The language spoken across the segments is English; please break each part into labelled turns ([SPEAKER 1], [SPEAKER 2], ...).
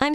[SPEAKER 1] I'm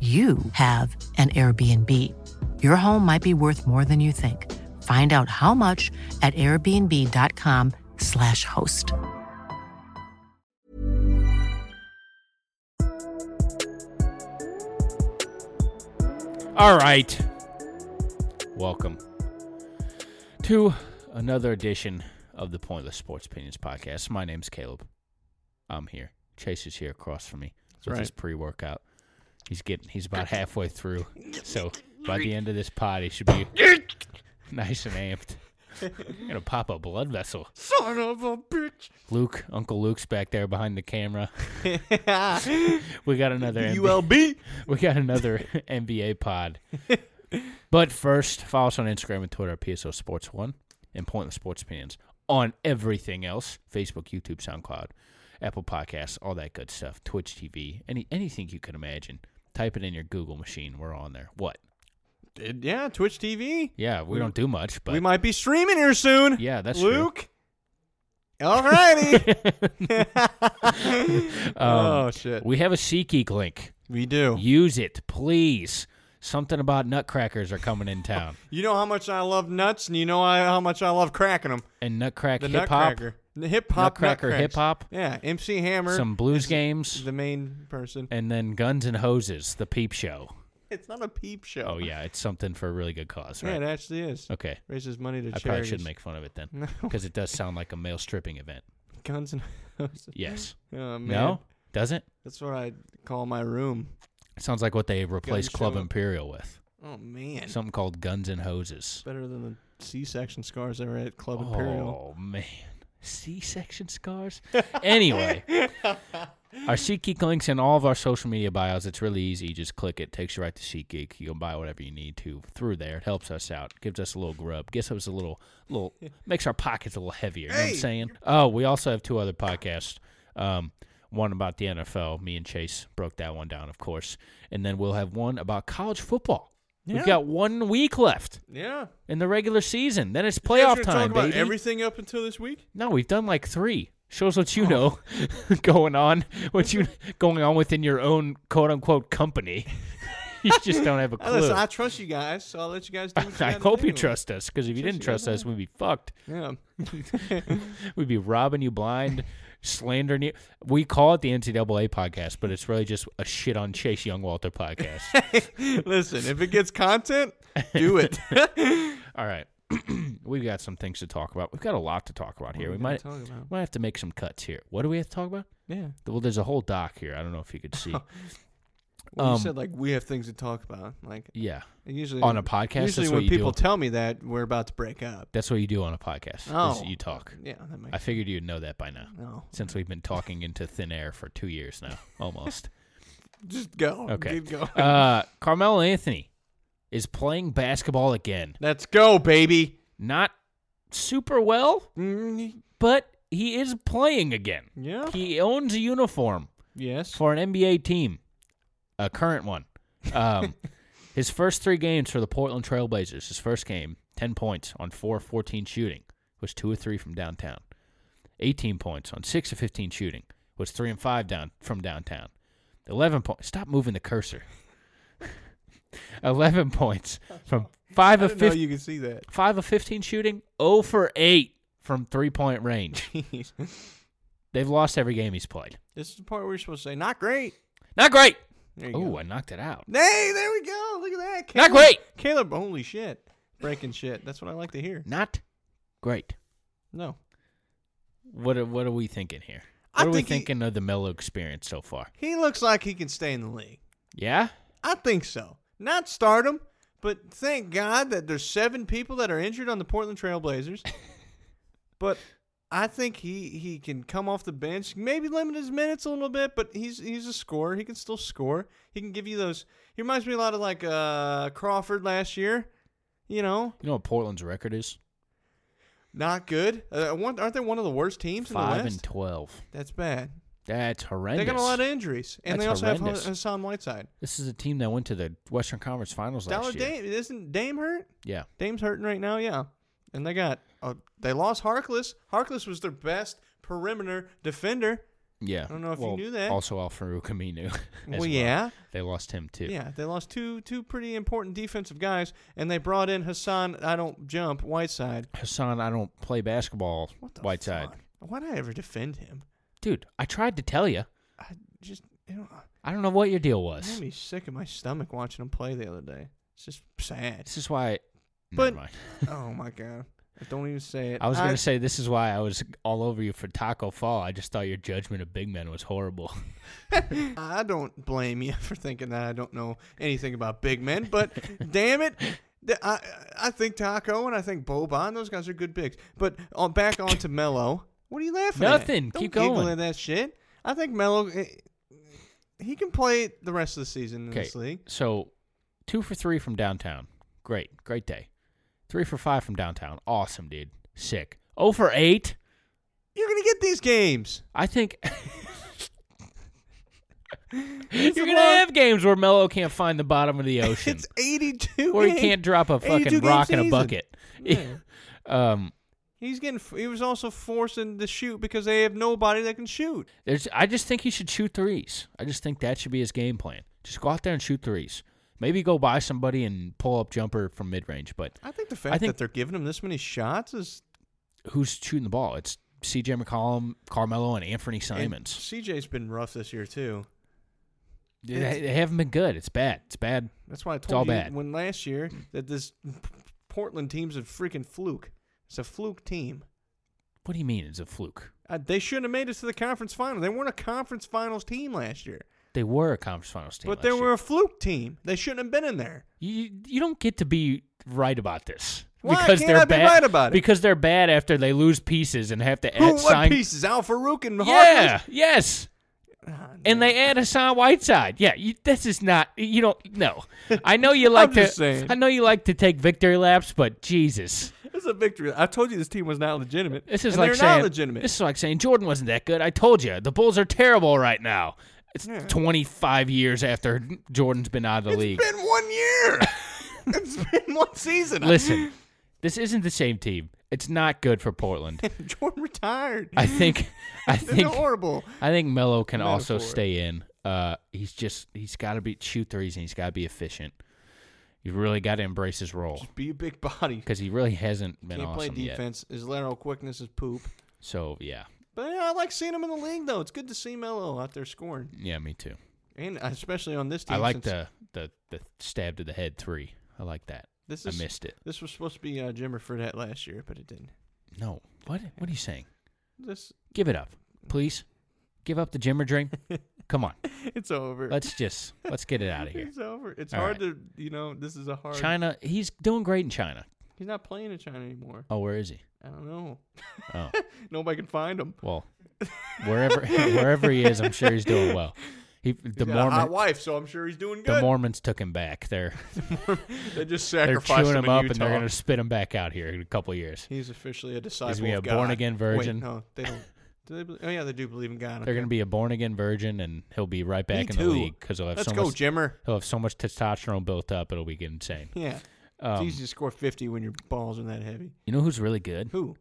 [SPEAKER 2] you have an Airbnb. Your home might be worth more than you think. Find out how much at airbnb.com/slash host.
[SPEAKER 3] All right. Welcome to another edition of the Pointless Sports Opinions Podcast. My name's Caleb. I'm here. Chase is here across from me with
[SPEAKER 4] right.
[SPEAKER 3] his pre-workout. He's getting he's about halfway through. So by the end of this pod he should be nice and amped. I'm gonna pop a blood vessel.
[SPEAKER 4] Son of a bitch.
[SPEAKER 3] Luke, Uncle Luke's back there behind the camera. we got another NBA
[SPEAKER 4] ULB.
[SPEAKER 3] we got another NBA pod. But first, follow us on Instagram and Twitter at PSO Sports One and Pointless Sports Opinions on everything else Facebook, YouTube, SoundCloud, Apple Podcasts, all that good stuff, Twitch TV, any anything you can imagine. Type it in your Google machine. We're on there. What?
[SPEAKER 4] Did- Yeah, Twitch TV.
[SPEAKER 3] Yeah, we, don't do much, but
[SPEAKER 4] we might be streaming here soon.
[SPEAKER 3] Yeah, that's true.
[SPEAKER 4] Luke. Alrighty. oh shit. We,
[SPEAKER 3] Um, we have a SeatGeek link.
[SPEAKER 4] do.
[SPEAKER 3] Use it, please. Something about nutcrackers are coming in town.
[SPEAKER 4] You know how much I love nuts, and you know I, how much I love cracking them.
[SPEAKER 3] And nutcrack
[SPEAKER 4] The
[SPEAKER 3] hip hop.
[SPEAKER 4] Nutcracker, the hip hop,
[SPEAKER 3] Nutcracker
[SPEAKER 4] Nutcracks.
[SPEAKER 3] hip-hop.
[SPEAKER 4] Yeah, MC Hammer.
[SPEAKER 3] Some blues
[SPEAKER 4] is
[SPEAKER 3] games.
[SPEAKER 4] The main person.
[SPEAKER 3] and then Guns and Hoses, the peep show.
[SPEAKER 4] It's not a peep show.
[SPEAKER 3] Oh yeah, it's something for a really good cause,
[SPEAKER 4] Yeah,
[SPEAKER 3] right?
[SPEAKER 4] it actually is.
[SPEAKER 3] okay.
[SPEAKER 4] Raises money to
[SPEAKER 3] I probably
[SPEAKER 4] charities.
[SPEAKER 3] shouldn't make fun of it then,
[SPEAKER 4] No.
[SPEAKER 3] because it does sound like a male stripping event.
[SPEAKER 4] guns and hoses.
[SPEAKER 3] Yes.
[SPEAKER 4] Oh, man.
[SPEAKER 3] no, doesn't.
[SPEAKER 4] That's what I call my room.
[SPEAKER 3] It sounds like what they replaced
[SPEAKER 4] Gun
[SPEAKER 3] Club
[SPEAKER 4] show.
[SPEAKER 3] Imperial with,
[SPEAKER 4] Oh man.
[SPEAKER 3] something called Guns and Hoses.
[SPEAKER 4] better than the C-section scars I were at Club Imperial.
[SPEAKER 3] Oh man, C-section scars. anyway, our SeatGeek links in all of our social media bios. It's really easy. You just click it. Takes you right to SeatGeek. You can buy whatever you need to through there. It helps us out. Gives us a little grub. Gives us a little little makes our pockets a little heavier. You know what I'm saying? Oh, we also have two other podcasts. Um, one about the NFL. Me and Chase broke that one down, of course. And then we'll have one about college football. We've
[SPEAKER 4] Yeah.
[SPEAKER 3] got one week left
[SPEAKER 4] Yeah.
[SPEAKER 3] in the regular season. Then it's playoff time, baby.
[SPEAKER 4] everything up until this week.
[SPEAKER 3] No, we've done like three. Shows what
[SPEAKER 4] Oh.
[SPEAKER 3] you know going on, what you going on within your own quote unquote company. you just don't have a
[SPEAKER 4] I,
[SPEAKER 3] clue.
[SPEAKER 4] listen, I trust you guys, so I'll let you guys do. What you
[SPEAKER 3] I
[SPEAKER 4] gotta
[SPEAKER 3] hope you
[SPEAKER 4] do.
[SPEAKER 3] trust us, because if you didn't trust us, we'd be fucked.
[SPEAKER 4] Yeah.
[SPEAKER 3] We'd be robbing you blind, slandering you. We call it the NCAA podcast, but it's really just a shit on Chase Youngwalter podcast.
[SPEAKER 4] listen, if it gets content, do it.
[SPEAKER 3] All right. We've got some things to talk about. We've got a lot to talk about here. We might,
[SPEAKER 4] talk about?
[SPEAKER 3] might have to make some cuts here. What do we have to talk about?
[SPEAKER 4] yeah.
[SPEAKER 3] Well, there's a whole doc here. I don't know if you could see.
[SPEAKER 4] Well,
[SPEAKER 3] Um,
[SPEAKER 4] you said like we have things to talk about. Like
[SPEAKER 3] yeah.
[SPEAKER 4] usually
[SPEAKER 3] On a podcast,
[SPEAKER 4] Usually
[SPEAKER 3] that's
[SPEAKER 4] when
[SPEAKER 3] what you do.
[SPEAKER 4] people tell me that we're about to break up.
[SPEAKER 3] That's what you do on a podcast. is
[SPEAKER 4] Oh.
[SPEAKER 3] you talk.
[SPEAKER 4] Yeah, that
[SPEAKER 3] I
[SPEAKER 4] makes
[SPEAKER 3] figured you'd know that by now.
[SPEAKER 4] no.
[SPEAKER 3] Since we've been talking into thin air for two years now, almost.
[SPEAKER 4] Just go.
[SPEAKER 3] Okay.
[SPEAKER 4] Keep going.
[SPEAKER 3] Uh, Carmelo Anthony is playing basketball again.
[SPEAKER 4] Let's go, baby.
[SPEAKER 3] Not super well,
[SPEAKER 4] Mm,
[SPEAKER 3] but he is playing again.
[SPEAKER 4] Yeah.
[SPEAKER 3] He owns a uniform
[SPEAKER 4] Yes.
[SPEAKER 3] for an NBA team, a current one. Um, his first three games for the Portland Trailblazers, his first game, 10 points on 4 of 14 shooting, was 2 of 3 from downtown. 18 points on 6 of 15 shooting, was 3 and 5 down from downtown. 11 points. Stop moving the cursor. 11 points from 5
[SPEAKER 4] I
[SPEAKER 3] of
[SPEAKER 4] didn't know
[SPEAKER 3] 15
[SPEAKER 4] you could see that.
[SPEAKER 3] five of fifteen shooting, zero for eight from three point range.
[SPEAKER 4] Jeez.
[SPEAKER 3] They've lost every game he's played.
[SPEAKER 4] This is the part where you're supposed to say, not great.
[SPEAKER 3] Not great.
[SPEAKER 4] There you
[SPEAKER 3] Oh,
[SPEAKER 4] go.
[SPEAKER 3] I knocked it out.
[SPEAKER 4] Hey, there we go. Look at that.
[SPEAKER 3] Not
[SPEAKER 4] Caleb-
[SPEAKER 3] great.
[SPEAKER 4] Caleb, holy shit. Breaking shit. That's what I like to hear.
[SPEAKER 3] Not great.
[SPEAKER 4] No.
[SPEAKER 3] What are, what are we thinking here?
[SPEAKER 4] I
[SPEAKER 3] What are we
[SPEAKER 4] think he-
[SPEAKER 3] thinking of the Melo experience so far?
[SPEAKER 4] He looks like he can stay in the league.
[SPEAKER 3] Yeah,
[SPEAKER 4] I think so. Not stardom, but thank God that there's seven people that are injured on the Portland Trailblazers. but I think he, he can come off the bench, maybe limit his minutes a little bit, but he's he's a scorer. He can still score. He can give you those. He reminds me a lot of like uh, Crawford last year. You know,
[SPEAKER 3] you know what Portland's record is?
[SPEAKER 4] not good. Uh, one, aren't they one of the worst teams in
[SPEAKER 3] Five
[SPEAKER 4] the West?
[SPEAKER 3] and twelve.
[SPEAKER 4] That's bad.
[SPEAKER 3] That's horrendous.
[SPEAKER 4] They got a lot of injuries, and
[SPEAKER 3] That's
[SPEAKER 4] they also
[SPEAKER 3] horrendous.
[SPEAKER 4] have Hassan Whiteside.
[SPEAKER 3] this is a team that went to the Western Conference Finals
[SPEAKER 4] Dollar
[SPEAKER 3] last year.
[SPEAKER 4] Dame isn't Dame hurt?
[SPEAKER 3] Yeah,
[SPEAKER 4] Dame's hurting right now, yeah. And they got uh, they lost Harkless. Harkless was their best perimeter defender.
[SPEAKER 3] yeah.
[SPEAKER 4] I don't know if you
[SPEAKER 3] Well,
[SPEAKER 4] knew that.
[SPEAKER 3] Also, Alfredo Camino.
[SPEAKER 4] Well, yeah.
[SPEAKER 3] they lost him too.
[SPEAKER 4] Yeah, they lost two two pretty important defensive guys, and they brought in Hassan. I don't jump Whiteside.
[SPEAKER 3] Hassan, I don't play basketball.
[SPEAKER 4] What the
[SPEAKER 3] Whiteside,
[SPEAKER 4] fuck? Why did I ever defend him?
[SPEAKER 3] dude. I tried to tell you.
[SPEAKER 4] I just you know
[SPEAKER 3] I don't know what your deal
[SPEAKER 4] it
[SPEAKER 3] was.
[SPEAKER 4] made me sick in my stomach watching him play the other day. It's just sad.
[SPEAKER 3] This is why.
[SPEAKER 4] But-
[SPEAKER 3] Never mind.
[SPEAKER 4] oh my god! Don't even say it.
[SPEAKER 3] I was gonna say this is why I was all over you for Taco Fall. I just thought your judgment of big men was horrible.
[SPEAKER 4] I don't blame you for thinking that I don't know anything about big men, but damn it. th- I, I think Taco and I think Boban, those guys are good bigs. But on, back on to Melo. What are you laughing at?
[SPEAKER 3] Nothing.
[SPEAKER 4] Don't
[SPEAKER 3] Keep
[SPEAKER 4] giggle
[SPEAKER 3] going.
[SPEAKER 4] at that shit. I think Melo, eh, he can play the rest of the season in
[SPEAKER 3] Okay,
[SPEAKER 4] this league.
[SPEAKER 3] so two for three from downtown. Great, great day. Three for five from downtown. Awesome, dude. Sick. Oh for eight.
[SPEAKER 4] You're going to get these games.
[SPEAKER 3] I think
[SPEAKER 4] It's
[SPEAKER 3] you're
[SPEAKER 4] a
[SPEAKER 3] gonna
[SPEAKER 4] long-
[SPEAKER 3] have games where Melo can't find the bottom of the ocean.
[SPEAKER 4] It's 82.
[SPEAKER 3] or he
[SPEAKER 4] games.
[SPEAKER 3] can't drop a
[SPEAKER 4] 82
[SPEAKER 3] fucking
[SPEAKER 4] game
[SPEAKER 3] rock in a
[SPEAKER 4] season.
[SPEAKER 3] bucket.
[SPEAKER 4] Yeah.
[SPEAKER 3] um,
[SPEAKER 4] He's getting. f- He was also forcing to shoot because they have nobody that can shoot.
[SPEAKER 3] There's, I just think he should shoot threes. I just think that should be his game plan. Just go out there and shoot threes. Maybe go buy somebody and pull up jumper from mid range. But
[SPEAKER 4] I think the fact
[SPEAKER 3] think-
[SPEAKER 4] that they're giving him this many shots is
[SPEAKER 3] who's shooting the ball? It's C.J. McCollum, Carmelo, and Anthony Simons.
[SPEAKER 4] And CJ's been rough this year too.
[SPEAKER 3] they, they haven't been good. It's bad. It's bad.
[SPEAKER 4] That's why I
[SPEAKER 3] all
[SPEAKER 4] told you
[SPEAKER 3] bad.
[SPEAKER 4] when last year that this Portland team's a freaking fluke. It's a fluke team.
[SPEAKER 3] What do you mean? It's a fluke.
[SPEAKER 4] Uh, they shouldn't have made it to the conference final. They weren't a conference finals team last year,
[SPEAKER 3] They were a conference finals team.
[SPEAKER 4] but
[SPEAKER 3] last
[SPEAKER 4] they
[SPEAKER 3] year.
[SPEAKER 4] were a fluke team. They shouldn't have been in there.
[SPEAKER 3] You you don't get to be right about this
[SPEAKER 4] Why
[SPEAKER 3] because
[SPEAKER 4] can't
[SPEAKER 3] they're
[SPEAKER 4] I be
[SPEAKER 3] bad.
[SPEAKER 4] right about it?
[SPEAKER 3] Because they're bad after they lose pieces and have to
[SPEAKER 4] Who?
[SPEAKER 3] add
[SPEAKER 4] What
[SPEAKER 3] sign.
[SPEAKER 4] pieces? Al Farouk and
[SPEAKER 3] Yeah. Yes.
[SPEAKER 4] Harkless? Ah,
[SPEAKER 3] And they add Hassan Whiteside. Yeah, you, this is not. You don't. No, I know you like
[SPEAKER 4] I'm
[SPEAKER 3] to.
[SPEAKER 4] just saying.
[SPEAKER 3] I know you like to take victory laps, but Jesus,
[SPEAKER 4] It's a victory. I told you this team was not legitimate.
[SPEAKER 3] this is
[SPEAKER 4] And
[SPEAKER 3] like
[SPEAKER 4] they're
[SPEAKER 3] saying
[SPEAKER 4] not legitimate.
[SPEAKER 3] this is like saying Jordan wasn't that good. I told you the Bulls are terrible right now. It's
[SPEAKER 4] Yeah.
[SPEAKER 3] 25 years after Jordan's been out of the league.
[SPEAKER 4] It's been one year. it's been one season.
[SPEAKER 3] Listen, this isn't the same team. It's not good for Portland.
[SPEAKER 4] Jordan retired.
[SPEAKER 3] I think. I
[SPEAKER 4] They're
[SPEAKER 3] think.
[SPEAKER 4] horrible.
[SPEAKER 3] I think Melo can also
[SPEAKER 4] Metaphor.
[SPEAKER 3] stay in. Uh, he's just he's got to be shoot threes and he's got to be efficient. You really got to embrace his role.
[SPEAKER 4] Be a big body.
[SPEAKER 3] because he really hasn't been
[SPEAKER 4] Can't
[SPEAKER 3] awesome
[SPEAKER 4] play
[SPEAKER 3] yet.
[SPEAKER 4] defense. His lateral quickness is poop.
[SPEAKER 3] So yeah,
[SPEAKER 4] But yeah, I like seeing him in the league though. It's good to see Melo out there scoring,
[SPEAKER 3] yeah, me too.
[SPEAKER 4] and especially on this team.
[SPEAKER 3] I like
[SPEAKER 4] since
[SPEAKER 3] the, the the stab to the head three. I like that.
[SPEAKER 4] This
[SPEAKER 3] I
[SPEAKER 4] is-
[SPEAKER 3] missed it.
[SPEAKER 4] This was supposed to be uh, Jimmer Fredette last year, but it didn't.
[SPEAKER 3] No, what what are you saying?
[SPEAKER 4] This
[SPEAKER 3] Give it up, please. Give up the Jimmer dream. Come on,
[SPEAKER 4] it's over.
[SPEAKER 3] let's just let's get it out of here.
[SPEAKER 4] It's over. It's
[SPEAKER 3] All
[SPEAKER 4] hard
[SPEAKER 3] right.
[SPEAKER 4] to you know. This is a hard.
[SPEAKER 3] China, he's doing great in China.
[SPEAKER 4] He's not playing in China anymore.
[SPEAKER 3] Oh, where is he?
[SPEAKER 4] I don't know.
[SPEAKER 3] Oh,
[SPEAKER 4] Nobody can find him.
[SPEAKER 3] well, wherever wherever he is, I'm sure he's doing well. He the
[SPEAKER 4] He's got a hot
[SPEAKER 3] Mormon
[SPEAKER 4] wife, so I'm sure he's doing good.
[SPEAKER 3] the Mormons took him back. They're
[SPEAKER 4] they just
[SPEAKER 3] they're
[SPEAKER 4] sacrificed
[SPEAKER 3] chewing him
[SPEAKER 4] him, in
[SPEAKER 3] up
[SPEAKER 4] Utah.
[SPEAKER 3] and they're gonna spit him back out here in a couple years.
[SPEAKER 4] He's officially a disciple.
[SPEAKER 3] being
[SPEAKER 4] of
[SPEAKER 3] a
[SPEAKER 4] God.
[SPEAKER 3] born-again virgin.
[SPEAKER 4] Wait, no, they don't. Do they? Believe, oh yeah, they do believe in God.
[SPEAKER 3] They're going to be a born again virgin, and he'll be right back
[SPEAKER 4] Me
[SPEAKER 3] in
[SPEAKER 4] too.
[SPEAKER 3] the league because he'll have
[SPEAKER 4] Let's
[SPEAKER 3] so
[SPEAKER 4] go,
[SPEAKER 3] much.
[SPEAKER 4] Jimmer.
[SPEAKER 3] He'll have so much testosterone built up, it'll be insane.
[SPEAKER 4] Yeah, it's
[SPEAKER 3] Um,
[SPEAKER 4] easy to score fifty when your balls are that heavy.
[SPEAKER 3] you know who's really good?
[SPEAKER 4] Who?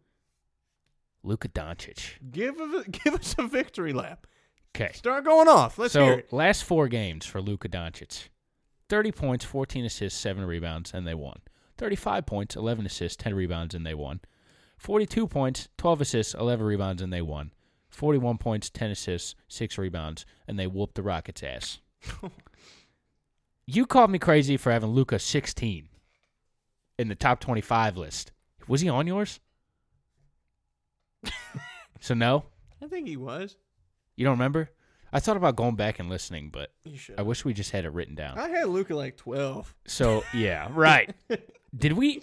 [SPEAKER 3] Luka Doncic.
[SPEAKER 4] Give a, give us a victory lap.
[SPEAKER 3] Okay.
[SPEAKER 4] Start going off. Let's
[SPEAKER 3] so
[SPEAKER 4] hear it.
[SPEAKER 3] last four games for Luka Doncic, thirty points, fourteen assists, seven rebounds, and they won. Thirty-five points, eleven assists, ten rebounds, and they won. Forty-two points, twelve assists, eleven rebounds, and they won. Forty-one points, ten assists, six rebounds, and they whooped the Rockets' ass. you called me crazy for having Luka sixteen in the top twenty-five list. Was he on yours? so no,
[SPEAKER 4] I think he was.
[SPEAKER 3] you don't remember. I thought about going back and listening, but
[SPEAKER 4] You should.
[SPEAKER 3] I wish we just had it written down.
[SPEAKER 4] I had Luca like twelve.
[SPEAKER 3] So yeah, right. Did we?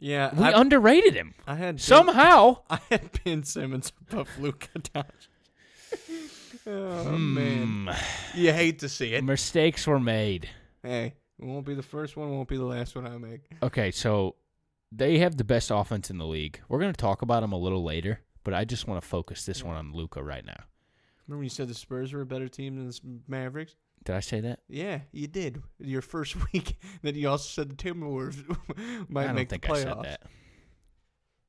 [SPEAKER 4] Yeah,
[SPEAKER 3] We
[SPEAKER 4] I,
[SPEAKER 3] underrated him
[SPEAKER 4] I had Ben-
[SPEAKER 3] somehow.
[SPEAKER 4] I had Ben Simmons above Luca Doncic. oh man, you hate to see it.
[SPEAKER 3] Hmm, mistakes were made.
[SPEAKER 4] Hey, it won't be the first one. Won't be the last one I make.
[SPEAKER 3] Okay, so they have the best offense in the league. We're gonna talk about them a little later, but I just want to focus this one on Luca right now.
[SPEAKER 4] Remember when you said the Spurs were a better team than the S- Mavericks?
[SPEAKER 3] Did I say that?
[SPEAKER 4] Yeah, you did. Your first week that you also said the Timberwolves might
[SPEAKER 3] I don't
[SPEAKER 4] make
[SPEAKER 3] think
[SPEAKER 4] the
[SPEAKER 3] I
[SPEAKER 4] playoffs.
[SPEAKER 3] said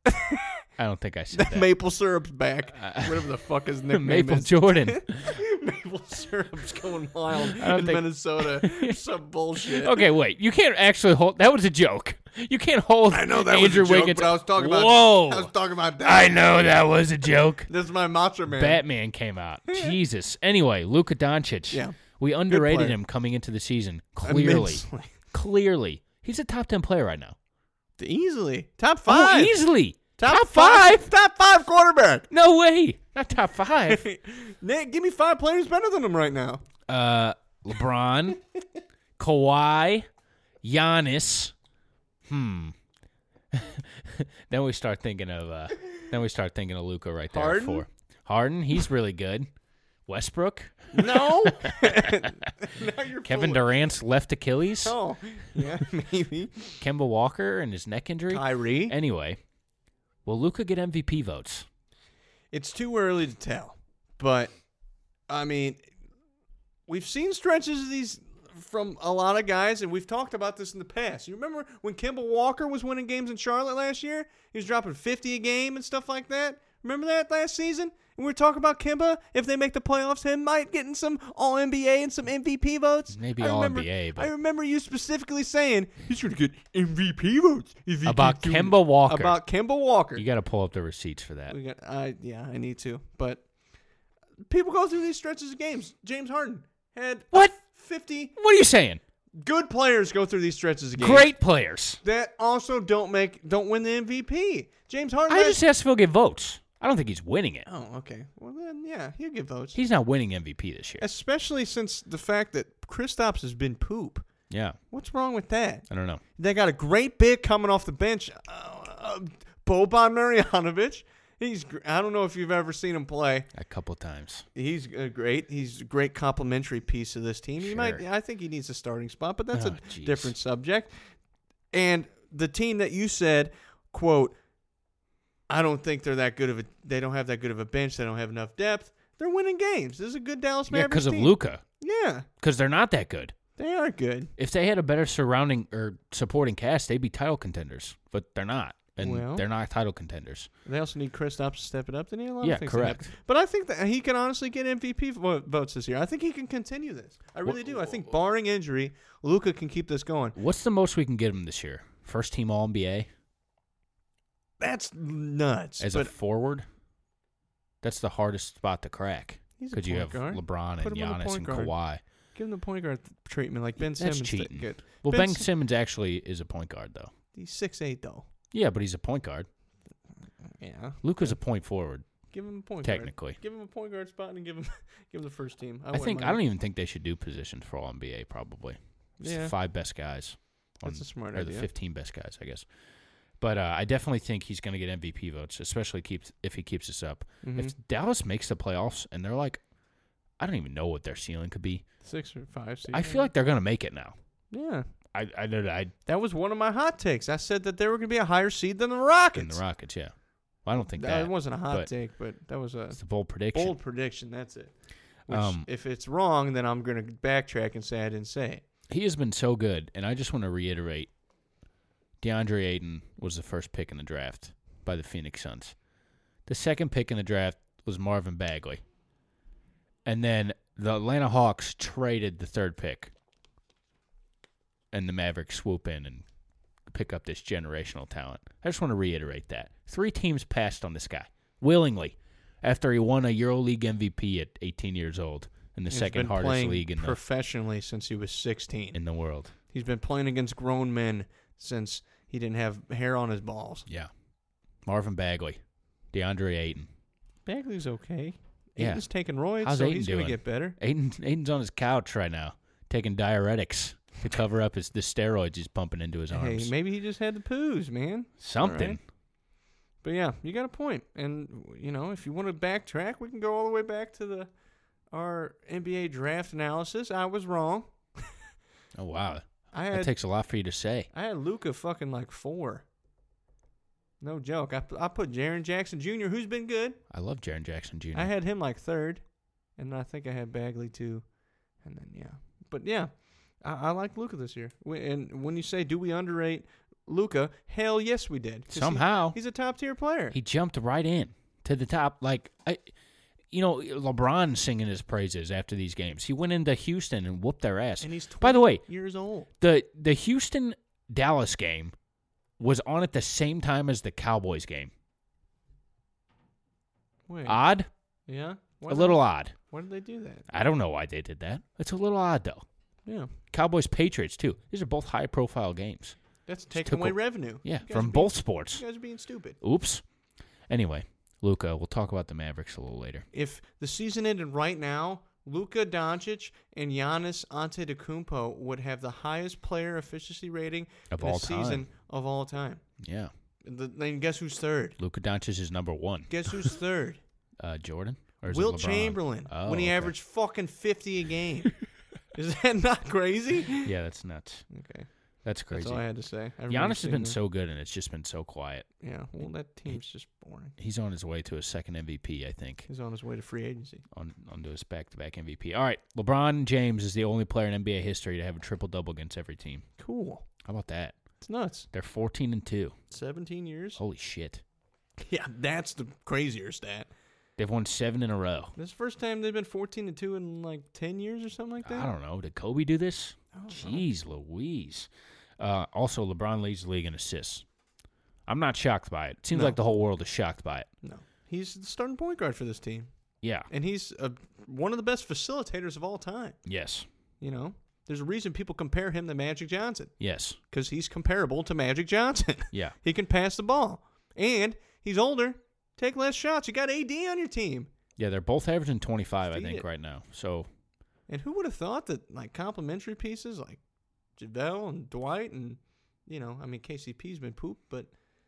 [SPEAKER 3] that. I don't think I said
[SPEAKER 4] That
[SPEAKER 3] that.
[SPEAKER 4] maple syrup's back.
[SPEAKER 3] Uh,
[SPEAKER 4] Whatever the fuck his nickname
[SPEAKER 3] Maple
[SPEAKER 4] is.
[SPEAKER 3] Jordan.
[SPEAKER 4] maple syrup's going wild in
[SPEAKER 3] I don't think-
[SPEAKER 4] Minnesota. Some bullshit.
[SPEAKER 3] okay, wait. You can't actually hold. That was a joke. You can't hold.
[SPEAKER 4] I know that
[SPEAKER 3] Andrew
[SPEAKER 4] was a joke,
[SPEAKER 3] Wiggins.
[SPEAKER 4] but I was talking about.
[SPEAKER 3] Whoa.
[SPEAKER 4] I was talking about that.
[SPEAKER 3] I know that was a joke.
[SPEAKER 4] This is my mantra, man.
[SPEAKER 3] Batman came out. Jesus. Anyway, Luka Doncic.
[SPEAKER 4] Yeah.
[SPEAKER 3] We underrated
[SPEAKER 4] player.
[SPEAKER 3] him coming into the season. Clearly.
[SPEAKER 4] Immensely.
[SPEAKER 3] Clearly. He's a top 10 player right now.
[SPEAKER 4] Easily. Top
[SPEAKER 3] Oh,
[SPEAKER 4] five.
[SPEAKER 3] easily.
[SPEAKER 4] Top,
[SPEAKER 3] five.
[SPEAKER 4] Top five quarterback.
[SPEAKER 3] No way. Not top five.
[SPEAKER 4] Nick, give me five players better than him right now.
[SPEAKER 3] uh, LeBron, Kawhi, Giannis. Hmm. then we start thinking of uh, then we start thinking of Luca right there. at
[SPEAKER 4] Harden?
[SPEAKER 3] four. Harden, he's really good. Westbrook,
[SPEAKER 4] No. now you're
[SPEAKER 3] Kevin
[SPEAKER 4] full of-
[SPEAKER 3] Durant's left Achilles.
[SPEAKER 4] Oh, yeah, maybe.
[SPEAKER 3] Kemba Walker and his neck injury.
[SPEAKER 4] Kyrie.
[SPEAKER 3] Anyway, will Luca get MVP votes?
[SPEAKER 4] It's too early to tell, but I mean, we've seen stretches of these from a lot of guys, and we've talked about this in the past. You remember when Kimball Walker was winning games in Charlotte last year? He was dropping 50 a game and stuff like that. Remember that last season? And we were talking about Kimba. If they make the playoffs, him might getting some All NBA and some MVP votes.
[SPEAKER 3] Maybe
[SPEAKER 4] I
[SPEAKER 3] All
[SPEAKER 4] remember-
[SPEAKER 3] NBA, but-
[SPEAKER 4] I remember you specifically saying he's going to get MVP votes if he
[SPEAKER 3] About
[SPEAKER 4] keeps doing it."
[SPEAKER 3] Kemba Walker.
[SPEAKER 4] About Kimba Walker.
[SPEAKER 3] You got to pull up the receipts for that.
[SPEAKER 4] We got. I yeah. I need to. But people go through these stretches of games. James Harden had
[SPEAKER 3] What?
[SPEAKER 4] fifty
[SPEAKER 3] What are you saying?
[SPEAKER 4] good players go through these stretches of games.
[SPEAKER 3] Great players.
[SPEAKER 4] That also don't make don't win the MVP. James Harden.
[SPEAKER 3] I
[SPEAKER 4] had-
[SPEAKER 3] just asked if he'll get votes. I don't think he's winning it.
[SPEAKER 4] oh, okay. Well then, yeah, he'll get votes.
[SPEAKER 3] He's not winning MVP this year.
[SPEAKER 4] Especially since the fact that Kristaps has been poop.
[SPEAKER 3] Yeah,
[SPEAKER 4] What's wrong with that?
[SPEAKER 3] I don't know.
[SPEAKER 4] They got a great big coming off the bench, uh, uh, Boban Marjanovic. He's. gr- I don't know if you've ever seen him play.
[SPEAKER 3] A couple times.
[SPEAKER 4] He's uh, great. He's a great complimentary piece of this team. You might,
[SPEAKER 3] Sure.
[SPEAKER 4] I think he needs a starting spot, but that's
[SPEAKER 3] Oh,
[SPEAKER 4] a
[SPEAKER 3] jeez.
[SPEAKER 4] different subject. And the team that you said, quote, I don't think they're that good of a. They don't have that good of a bench. They don't have enough depth. They're winning games. This is a good Dallas
[SPEAKER 3] Yeah,
[SPEAKER 4] Mavericks
[SPEAKER 3] because of
[SPEAKER 4] team.
[SPEAKER 3] Luca.
[SPEAKER 4] Yeah,
[SPEAKER 3] Because they're not that good.
[SPEAKER 4] they are good.
[SPEAKER 3] If they had a better surrounding or supporting cast, they'd be title contenders. But they're not, and
[SPEAKER 4] Well.
[SPEAKER 3] they're not title contenders.
[SPEAKER 4] They also need Chris to step it up. They need a lot
[SPEAKER 3] Yeah,
[SPEAKER 4] of things. to happen.
[SPEAKER 3] correct.
[SPEAKER 4] But I think that he can honestly get MVP vo- votes this year. I think he can continue this. I really do. I think barring injury, Luca can keep this going.
[SPEAKER 3] What's the most we can get him this year? First team All NBA.
[SPEAKER 4] That's nuts.
[SPEAKER 3] as a
[SPEAKER 4] but
[SPEAKER 3] forward, that's the hardest spot to crack.
[SPEAKER 4] He's a
[SPEAKER 3] Because you have
[SPEAKER 4] point guard.
[SPEAKER 3] LeBron
[SPEAKER 4] Put
[SPEAKER 3] and
[SPEAKER 4] him on the
[SPEAKER 3] Giannis
[SPEAKER 4] point
[SPEAKER 3] and
[SPEAKER 4] guard.
[SPEAKER 3] Kawhi.
[SPEAKER 4] give him the point guard th- treatment like Ben
[SPEAKER 3] that's
[SPEAKER 4] Simmons. did
[SPEAKER 3] cheating.
[SPEAKER 4] good.
[SPEAKER 3] Well, Ben,
[SPEAKER 4] Sim-
[SPEAKER 3] Simmons actually is a point guard, though.
[SPEAKER 4] he's six eight though.
[SPEAKER 3] Yeah, but he's a point guard.
[SPEAKER 4] Yeah,
[SPEAKER 3] Luca's a point forward.
[SPEAKER 4] give him a point.
[SPEAKER 3] Technically.
[SPEAKER 4] guard. give him a point guard spot and give him give him the first team. I,
[SPEAKER 3] I,
[SPEAKER 4] wouldn't
[SPEAKER 3] think I
[SPEAKER 4] mind.
[SPEAKER 3] don't even think they should do positions for All NBA. Probably it's
[SPEAKER 4] Yeah.
[SPEAKER 3] the five best guys.
[SPEAKER 4] That's a smart
[SPEAKER 3] or the
[SPEAKER 4] idea.
[SPEAKER 3] fifteen best guys, I guess. But uh, I definitely think he's going to get MVP votes, especially keeps if he keeps this up.
[SPEAKER 4] Mm-hmm.
[SPEAKER 3] If Dallas makes the playoffs and they're like, I don't even know what their ceiling could be.
[SPEAKER 4] six or five.
[SPEAKER 3] I feel like they're going to make it now.
[SPEAKER 4] yeah,
[SPEAKER 3] I I don't I
[SPEAKER 4] that was one of my hot takes. I said that they were going to be a higher seed than the Rockets.
[SPEAKER 3] in the Rockets, yeah. Well, I don't think that,
[SPEAKER 4] That, it wasn't a hot
[SPEAKER 3] but
[SPEAKER 4] take, but that was a
[SPEAKER 3] It's a bold prediction.
[SPEAKER 4] bold prediction. That's it. Which,
[SPEAKER 3] Um,
[SPEAKER 4] if it's wrong, then I'm gonna backtrack and say I didn't say it.
[SPEAKER 3] He has been so good, and I just want to reiterate: DeAndre Ayton was the first pick in the draft by the Phoenix Suns. The second pick in the draft was Marvin Bagley, and then the Atlanta Hawks traded the third pick, and the Mavericks swoop in and pick up this generational talent. I just want to reiterate that three teams passed on this guy willingly after he won a EuroLeague MVP at 18 years old in the
[SPEAKER 4] He's
[SPEAKER 3] second
[SPEAKER 4] been
[SPEAKER 3] hardest
[SPEAKER 4] playing
[SPEAKER 3] league in the
[SPEAKER 4] professionally since he was 16.
[SPEAKER 3] in the world.
[SPEAKER 4] He's been playing against grown men since he didn't have hair on his balls.
[SPEAKER 3] Yeah. Marvin Bagley, DeAndre Ayton.
[SPEAKER 4] Bagley's okay.
[SPEAKER 3] Yeah.
[SPEAKER 4] Aiden's taking roids,
[SPEAKER 3] How's
[SPEAKER 4] so
[SPEAKER 3] Ayton
[SPEAKER 4] he's
[SPEAKER 3] doing?
[SPEAKER 4] gonna get better.
[SPEAKER 3] Ayton, Ayton's on his couch right now, taking diuretics to cover up his the steroids he's pumping into his
[SPEAKER 4] Hey,
[SPEAKER 3] arms.
[SPEAKER 4] maybe he just had the poos, man.
[SPEAKER 3] Something.
[SPEAKER 4] Alright. But yeah, you got a point. And you know, if you want to backtrack, we can go all the way back to the our NBA draft analysis. I was wrong.
[SPEAKER 3] Oh wow,
[SPEAKER 4] I
[SPEAKER 3] that
[SPEAKER 4] had
[SPEAKER 3] takes a lot for you to say.
[SPEAKER 4] I had Luca fucking like four. No joke. I, I put Jaron Jackson Jr., who's been good.
[SPEAKER 3] I love Jaron Jackson Jr.
[SPEAKER 4] I had him like third, and I think I had Bagley too, and then yeah. But yeah, I, I like Luca this year. We, and when you say do we underrate Luca? Hell yes, we did. 'Cause he-
[SPEAKER 3] Somehow.
[SPEAKER 4] he's a top tier player.
[SPEAKER 3] he jumped right in to the top. Like I, you know, LeBron singing his praises after these games. He went into Houston and whooped their ass.
[SPEAKER 4] and he's 20
[SPEAKER 3] by the way,
[SPEAKER 4] years old.
[SPEAKER 3] the the Houston Dallas game was on at the same time as the Cowboys game.
[SPEAKER 4] Wait,
[SPEAKER 3] Odd,
[SPEAKER 4] yeah, Why
[SPEAKER 3] a
[SPEAKER 4] not?
[SPEAKER 3] little odd.
[SPEAKER 4] Why did they do that?
[SPEAKER 3] I don't know why they did that. It's a little odd though.
[SPEAKER 4] Yeah,
[SPEAKER 3] Cowboys Patriots too. These are both high profile games.
[SPEAKER 4] that's
[SPEAKER 3] took
[SPEAKER 4] taking away
[SPEAKER 3] a-
[SPEAKER 4] revenue.
[SPEAKER 3] Yeah,
[SPEAKER 4] You guys
[SPEAKER 3] from
[SPEAKER 4] are being-
[SPEAKER 3] both sports.
[SPEAKER 4] You guys are being stupid.
[SPEAKER 3] Oops. Anyway, Luca, we'll talk about the Mavericks a little later.
[SPEAKER 4] If the season ended right now, Luka Doncic and Giannis Antetokounmpo would have the highest player efficiency rating
[SPEAKER 3] Of
[SPEAKER 4] in a
[SPEAKER 3] all time.
[SPEAKER 4] season of all time.
[SPEAKER 3] Yeah.
[SPEAKER 4] The, then guess who's third?
[SPEAKER 3] Luca Doncic is number one.
[SPEAKER 4] Guess who's third?
[SPEAKER 3] Uh, Jordan? Or is it
[SPEAKER 4] Wilt
[SPEAKER 3] LeBron?
[SPEAKER 4] Chamberlain
[SPEAKER 3] Oh,
[SPEAKER 4] when he
[SPEAKER 3] okay.
[SPEAKER 4] averaged fucking 50 a game. Is that not crazy?
[SPEAKER 3] Yeah, that's nuts.
[SPEAKER 4] Okay.
[SPEAKER 3] That's crazy.
[SPEAKER 4] That's all I had to say. I remember
[SPEAKER 3] Giannis has
[SPEAKER 4] seeing
[SPEAKER 3] been
[SPEAKER 4] that.
[SPEAKER 3] so good and it's just been so quiet.
[SPEAKER 4] Yeah, well, that team's just boring.
[SPEAKER 3] He's on his way to his second MVP, I think.
[SPEAKER 4] He's on his way to free agency.
[SPEAKER 3] On onto his back to back MVP. All right. LeBron James is the only player in NBA history to have a triple double against every team.
[SPEAKER 4] Cool.
[SPEAKER 3] How about that?
[SPEAKER 4] It's nuts.
[SPEAKER 3] They're fourteen and two.
[SPEAKER 4] 17 years?
[SPEAKER 3] Holy shit.
[SPEAKER 4] Yeah, that's the crazier stat.
[SPEAKER 3] They've won seven in a row.
[SPEAKER 4] This first time they've been 14 to 2 in like 10 years or something like that.
[SPEAKER 3] I don't know. Did Kobe do this?
[SPEAKER 4] I don't know.
[SPEAKER 3] Jeez Louise. Uh, also, LeBron leads the league in assists. I'm not shocked by it. Seems
[SPEAKER 4] No.
[SPEAKER 3] like the whole world is shocked by it.
[SPEAKER 4] No. He's the starting point guard for this team.
[SPEAKER 3] Yeah.
[SPEAKER 4] And he's uh one of the best facilitators of all time.
[SPEAKER 3] Yes.
[SPEAKER 4] You know, there's a reason people compare him to Magic Johnson
[SPEAKER 3] Yes.
[SPEAKER 4] because he's comparable to Magic Johnson.
[SPEAKER 3] Yeah.
[SPEAKER 4] he can pass the ball. And he's older. Take less shots. You got AD on your team.
[SPEAKER 3] Yeah, they're both averaging 25, I
[SPEAKER 4] Feed
[SPEAKER 3] think,
[SPEAKER 4] it.
[SPEAKER 3] right now. So,
[SPEAKER 4] And who would have thought that like complimentary pieces like JaVale and Dwight and, you know, I mean, KCP's been pooped, but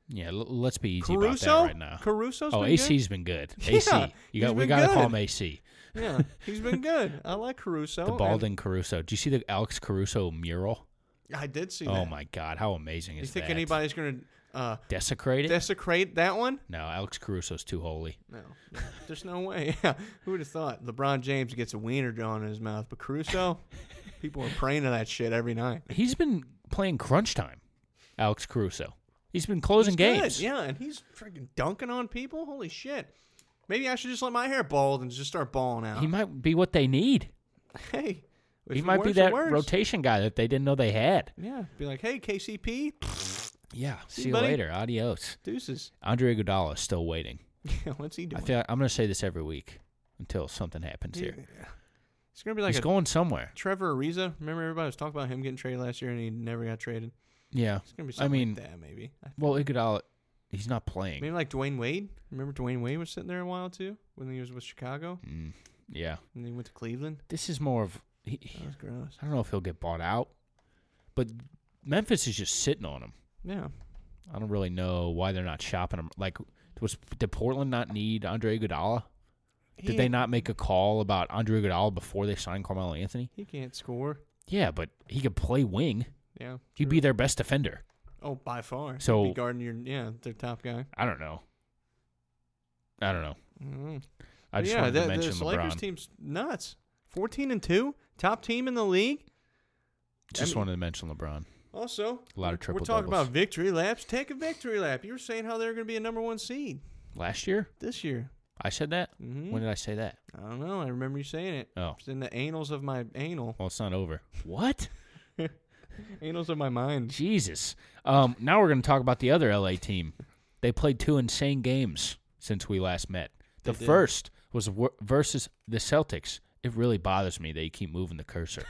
[SPEAKER 3] yeah, l- let's be easy
[SPEAKER 4] Caruso?
[SPEAKER 3] about that right now.
[SPEAKER 4] Caruso's
[SPEAKER 3] oh,
[SPEAKER 4] been
[SPEAKER 3] AC's
[SPEAKER 4] good?
[SPEAKER 3] been good.
[SPEAKER 4] Yeah,
[SPEAKER 3] AC. You got, we
[SPEAKER 4] he's been
[SPEAKER 3] got to call
[SPEAKER 4] good.
[SPEAKER 3] him AC.
[SPEAKER 4] yeah, he's been good. I like Caruso.
[SPEAKER 3] the
[SPEAKER 4] and
[SPEAKER 3] Balding Caruso. Do you see the Alex Caruso mural?
[SPEAKER 4] I did see that.
[SPEAKER 3] Oh, my God. How amazing
[SPEAKER 4] You
[SPEAKER 3] is
[SPEAKER 4] think
[SPEAKER 3] that?
[SPEAKER 4] anybody's going to uh,
[SPEAKER 3] desecrated?
[SPEAKER 4] desecrate that one?
[SPEAKER 3] no, Alex Caruso's too holy.
[SPEAKER 4] No, no. there's no way. Yeah, who would have thought LeBron James gets a wiener drawn in his mouth? But Caruso, people are praying to that shit every night.
[SPEAKER 3] He's been playing crunch time, Alex Caruso. He's been closing
[SPEAKER 4] He's good,
[SPEAKER 3] games.
[SPEAKER 4] yeah, and he's freaking dunking on people. Holy shit! Maybe I should just let my hair bald and just start balling out.
[SPEAKER 3] He might be what they need.
[SPEAKER 4] hey, if
[SPEAKER 3] he
[SPEAKER 4] it
[SPEAKER 3] might
[SPEAKER 4] works,
[SPEAKER 3] be
[SPEAKER 4] it
[SPEAKER 3] that
[SPEAKER 4] works.
[SPEAKER 3] rotation guy that they didn't know they had.
[SPEAKER 4] Yeah, be like, hey, KCP,
[SPEAKER 3] Yeah. See,
[SPEAKER 4] See,
[SPEAKER 3] you
[SPEAKER 4] buddy?
[SPEAKER 3] later. Adios.
[SPEAKER 4] deuces.
[SPEAKER 3] Andre Iguodala is still waiting.
[SPEAKER 4] Yeah, what's he
[SPEAKER 3] I
[SPEAKER 4] doing?
[SPEAKER 3] feel I'm going to say this every week until something happens here.
[SPEAKER 4] It's gonna be like
[SPEAKER 3] He's
[SPEAKER 4] a
[SPEAKER 3] going somewhere.
[SPEAKER 4] Trevor Ariza. Remember everybody was talking about him getting traded last year and he never got traded.
[SPEAKER 3] Yeah.
[SPEAKER 4] It's gonna be
[SPEAKER 3] I
[SPEAKER 4] something
[SPEAKER 3] mean,
[SPEAKER 4] like that maybe.
[SPEAKER 3] well, Iguodala, he's not playing.
[SPEAKER 4] Maybe like Dwayne Wade. Remember Dwayne Wade was sitting there a while too when he was with Chicago
[SPEAKER 3] Mm, yeah.
[SPEAKER 4] and then he went to Cleveland.
[SPEAKER 3] This is more of. He, he-
[SPEAKER 4] That was gross.
[SPEAKER 3] I don't know if he'll get bought out, but Memphis is just sitting on him.
[SPEAKER 4] Yeah.
[SPEAKER 3] I don't really know why they're not shopping him. Like, was did Portland not need Andre Iguodala? Did
[SPEAKER 4] He-
[SPEAKER 3] they not make a call about Andre Iguodala before they signed Carmelo Anthony?
[SPEAKER 4] He can't score.
[SPEAKER 3] Yeah, but he could play wing.
[SPEAKER 4] Yeah.
[SPEAKER 3] He'd be their best defender.
[SPEAKER 4] Oh, by far. He'd
[SPEAKER 3] So-
[SPEAKER 4] be guarding your yeah their top guy.
[SPEAKER 3] I don't know. I don't know. I just
[SPEAKER 4] Mm-hmm. yeah,
[SPEAKER 3] wanted to
[SPEAKER 4] that-
[SPEAKER 3] mention
[SPEAKER 4] this
[SPEAKER 3] LeBron.
[SPEAKER 4] Lakers team's nuts. Fourteen and two, top team in the league.
[SPEAKER 3] just
[SPEAKER 4] mean-
[SPEAKER 3] wanted to mention LeBron.
[SPEAKER 4] Also,
[SPEAKER 3] A lot of
[SPEAKER 4] we're
[SPEAKER 3] triple
[SPEAKER 4] talking
[SPEAKER 3] doubles.
[SPEAKER 4] about victory laps. Take a victory lap. You were saying how they're going to be a number one seed
[SPEAKER 3] Last year,
[SPEAKER 4] this year.
[SPEAKER 3] I said that.
[SPEAKER 4] Mhm.
[SPEAKER 3] When did I say that?
[SPEAKER 4] I don't know. I remember you saying it.
[SPEAKER 3] Oh.
[SPEAKER 4] It's in the anals of my anal,
[SPEAKER 3] Well, it's not over. What?
[SPEAKER 4] anals of my mind.
[SPEAKER 3] Jesus. Um, now we're going to talk about the other LA team. They played two insane games since we last met. The
[SPEAKER 4] They did.
[SPEAKER 3] first was wor- versus the Celtics. It really bothers me that you keep moving the cursor.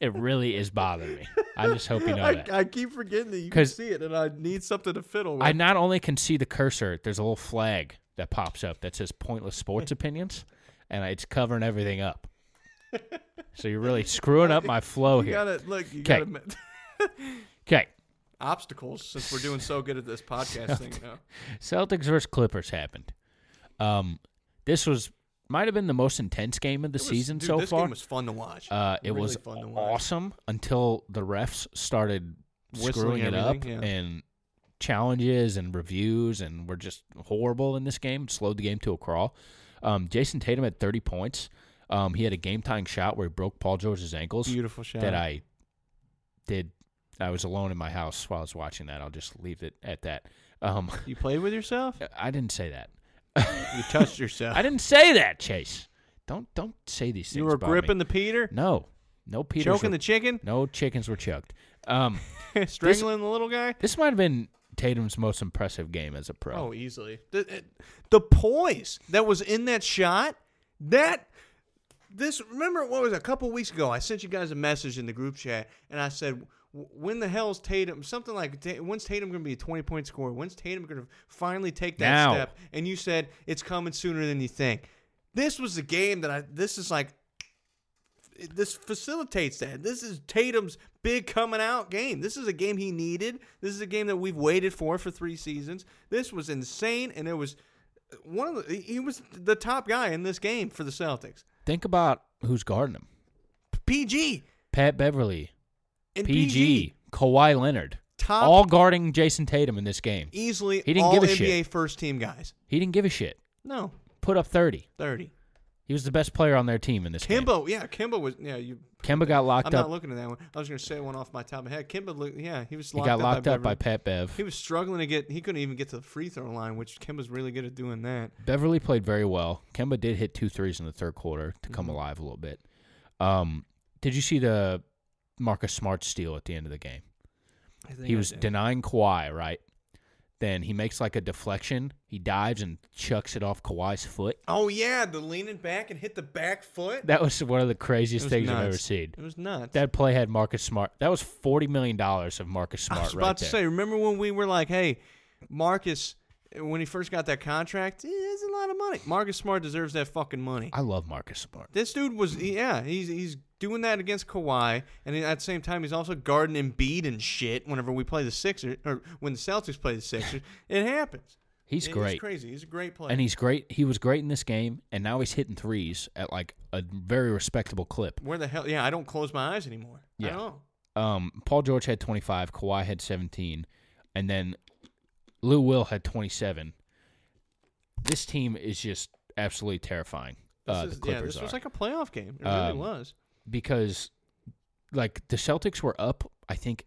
[SPEAKER 3] it really is bothering me. I just hope you know
[SPEAKER 4] I,
[SPEAKER 3] that.
[SPEAKER 4] I keep forgetting that you can
[SPEAKER 3] 'Cause-
[SPEAKER 4] see it, and I need something to fiddle with.
[SPEAKER 3] I not only can see the cursor, there's a little flag that pops up that says pointless sports opinions, and it's covering everything up. So you're really screwing up my flow
[SPEAKER 4] you
[SPEAKER 3] here.
[SPEAKER 4] gotta look. You
[SPEAKER 3] 'Kay.
[SPEAKER 4] gotta admit-
[SPEAKER 3] Okay.
[SPEAKER 4] obstacles since we're doing so good at this podcast thing now.
[SPEAKER 3] Celtics versus Clippers happened. Um, this was might have been the most intense game of the
[SPEAKER 4] It was-
[SPEAKER 3] season
[SPEAKER 4] dude,
[SPEAKER 3] so
[SPEAKER 4] this
[SPEAKER 3] far.
[SPEAKER 4] game was fun to watch.
[SPEAKER 3] uh, it
[SPEAKER 4] Really
[SPEAKER 3] was
[SPEAKER 4] fun to watch.
[SPEAKER 3] awesome until the refs started
[SPEAKER 4] Whistling
[SPEAKER 3] screwing it up
[SPEAKER 4] everything, yeah.
[SPEAKER 3] and challenges and reviews and were just horrible in this game. Slowed the game to a crawl. Um, Jason Tatum had 30 points. Um, he had a game tying shot where he broke Paul George's ankles
[SPEAKER 4] Beautiful shot.
[SPEAKER 3] that I did. I was alone in my house while I was watching that. I'll just leave it at that. Um,
[SPEAKER 4] You played with yourself.
[SPEAKER 3] I didn't say that.
[SPEAKER 4] You touched yourself.
[SPEAKER 3] I didn't say that, Chase. Don't don't say these things.
[SPEAKER 4] You were
[SPEAKER 3] about
[SPEAKER 4] gripping
[SPEAKER 3] me.
[SPEAKER 4] the Peter,
[SPEAKER 3] No, no Peters.
[SPEAKER 4] choking
[SPEAKER 3] were-
[SPEAKER 4] the chicken,
[SPEAKER 3] No chickens were chucked. Um,
[SPEAKER 4] strangling the little guy.
[SPEAKER 3] this might have been Tatum's most impressive game as a pro.
[SPEAKER 4] Oh, easily. The, it- the poise that was in that shot, that this remember what was it, a couple weeks ago I sent you guys a message in the group chat and I said "W- when the hell's Tatum something like Ta- when's Tatum going to be a 20 point scorer? When's Tatum going to finally take that
[SPEAKER 3] Now.
[SPEAKER 4] step? And you said it's coming sooner than you think. This was the game that I this is like this facilitates that. This is Tatum's big coming out game. This is a game he needed. This is a game that we've waited for for three seasons. This was insane, and it was uh, one of the, he was the top guy in this game for the Celtics.
[SPEAKER 3] Think about who's guarding him:
[SPEAKER 4] PG
[SPEAKER 3] Pat Beverly,
[SPEAKER 4] and
[SPEAKER 3] PG, Kawhi Leonard,
[SPEAKER 4] Top-
[SPEAKER 3] all guarding Jason Tatum in this game.
[SPEAKER 4] easily
[SPEAKER 3] He didn't
[SPEAKER 4] all
[SPEAKER 3] give a
[SPEAKER 4] NBA
[SPEAKER 3] shit.
[SPEAKER 4] first team guys.
[SPEAKER 3] He didn't give a shit.
[SPEAKER 4] No,
[SPEAKER 3] Put up thirty.
[SPEAKER 4] thirty.
[SPEAKER 3] He was the best player on their team in this game.
[SPEAKER 4] Kimbo, yeah, Kimbo was yeah. You,
[SPEAKER 3] Kemba got
[SPEAKER 4] I'm
[SPEAKER 3] locked
[SPEAKER 4] not
[SPEAKER 3] up.
[SPEAKER 4] looking at that one. I was gonna say one off my top of my head. Kimbo, look- yeah, he was
[SPEAKER 3] he
[SPEAKER 4] locked
[SPEAKER 3] got locked up
[SPEAKER 4] Beverly.
[SPEAKER 3] by Pat Bev.
[SPEAKER 4] He was struggling to get. He couldn't even get to the free throw line, which Kimba's really good at doing that.
[SPEAKER 3] Beverly played very well. Kemba did hit two threes in the third quarter to
[SPEAKER 4] Mm-hmm.
[SPEAKER 3] come alive a little bit. Um, did you see the Marcus Smart steal at the end of the game?
[SPEAKER 4] I think
[SPEAKER 3] He
[SPEAKER 4] I
[SPEAKER 3] was
[SPEAKER 4] did.
[SPEAKER 3] denying Kawhi, right? Then he makes like a deflection. He dives and chucks it off Kawhi's foot.
[SPEAKER 4] Oh yeah, the leaning back and hit the back foot.
[SPEAKER 3] That was one of the
[SPEAKER 4] It was
[SPEAKER 3] craziest things I've ever
[SPEAKER 4] nuts.
[SPEAKER 3] seen.
[SPEAKER 4] It was nuts.
[SPEAKER 3] That play had Marcus Smart. That was forty million dollars of Marcus Smart
[SPEAKER 4] I was
[SPEAKER 3] right
[SPEAKER 4] about to
[SPEAKER 3] there.
[SPEAKER 4] say. Remember when we were like, "Hey, Marcus, when he first got that contract, eh, it's a lot of money. Marcus Smart deserves that fucking money."
[SPEAKER 3] I love Marcus Smart.
[SPEAKER 4] This dude was, yeah, he's he's doing that against Kawhi, and at the same time, he's also guarding Embiid and shit. Whenever we play the Sixers, or when the Celtics play the Sixers, it happens.
[SPEAKER 3] He's
[SPEAKER 4] It-
[SPEAKER 3] great.
[SPEAKER 4] It's crazy. He's a great player.
[SPEAKER 3] And he's great. He was great in this game, and now he's hitting threes at like a very respectable clip.
[SPEAKER 4] where the hell? Yeah, I don't close my eyes anymore. I
[SPEAKER 3] Yeah.
[SPEAKER 4] don't.
[SPEAKER 3] um, Paul George had 25, Kawhi had 17, and then Lou Will had 27. This team is just absolutely terrifying.
[SPEAKER 4] This
[SPEAKER 3] uh,
[SPEAKER 4] is,
[SPEAKER 3] the Clippers
[SPEAKER 4] yeah, this was
[SPEAKER 3] are.
[SPEAKER 4] like a playoff game. It really
[SPEAKER 3] Um,
[SPEAKER 4] was.
[SPEAKER 3] because like the Celtics were up, I think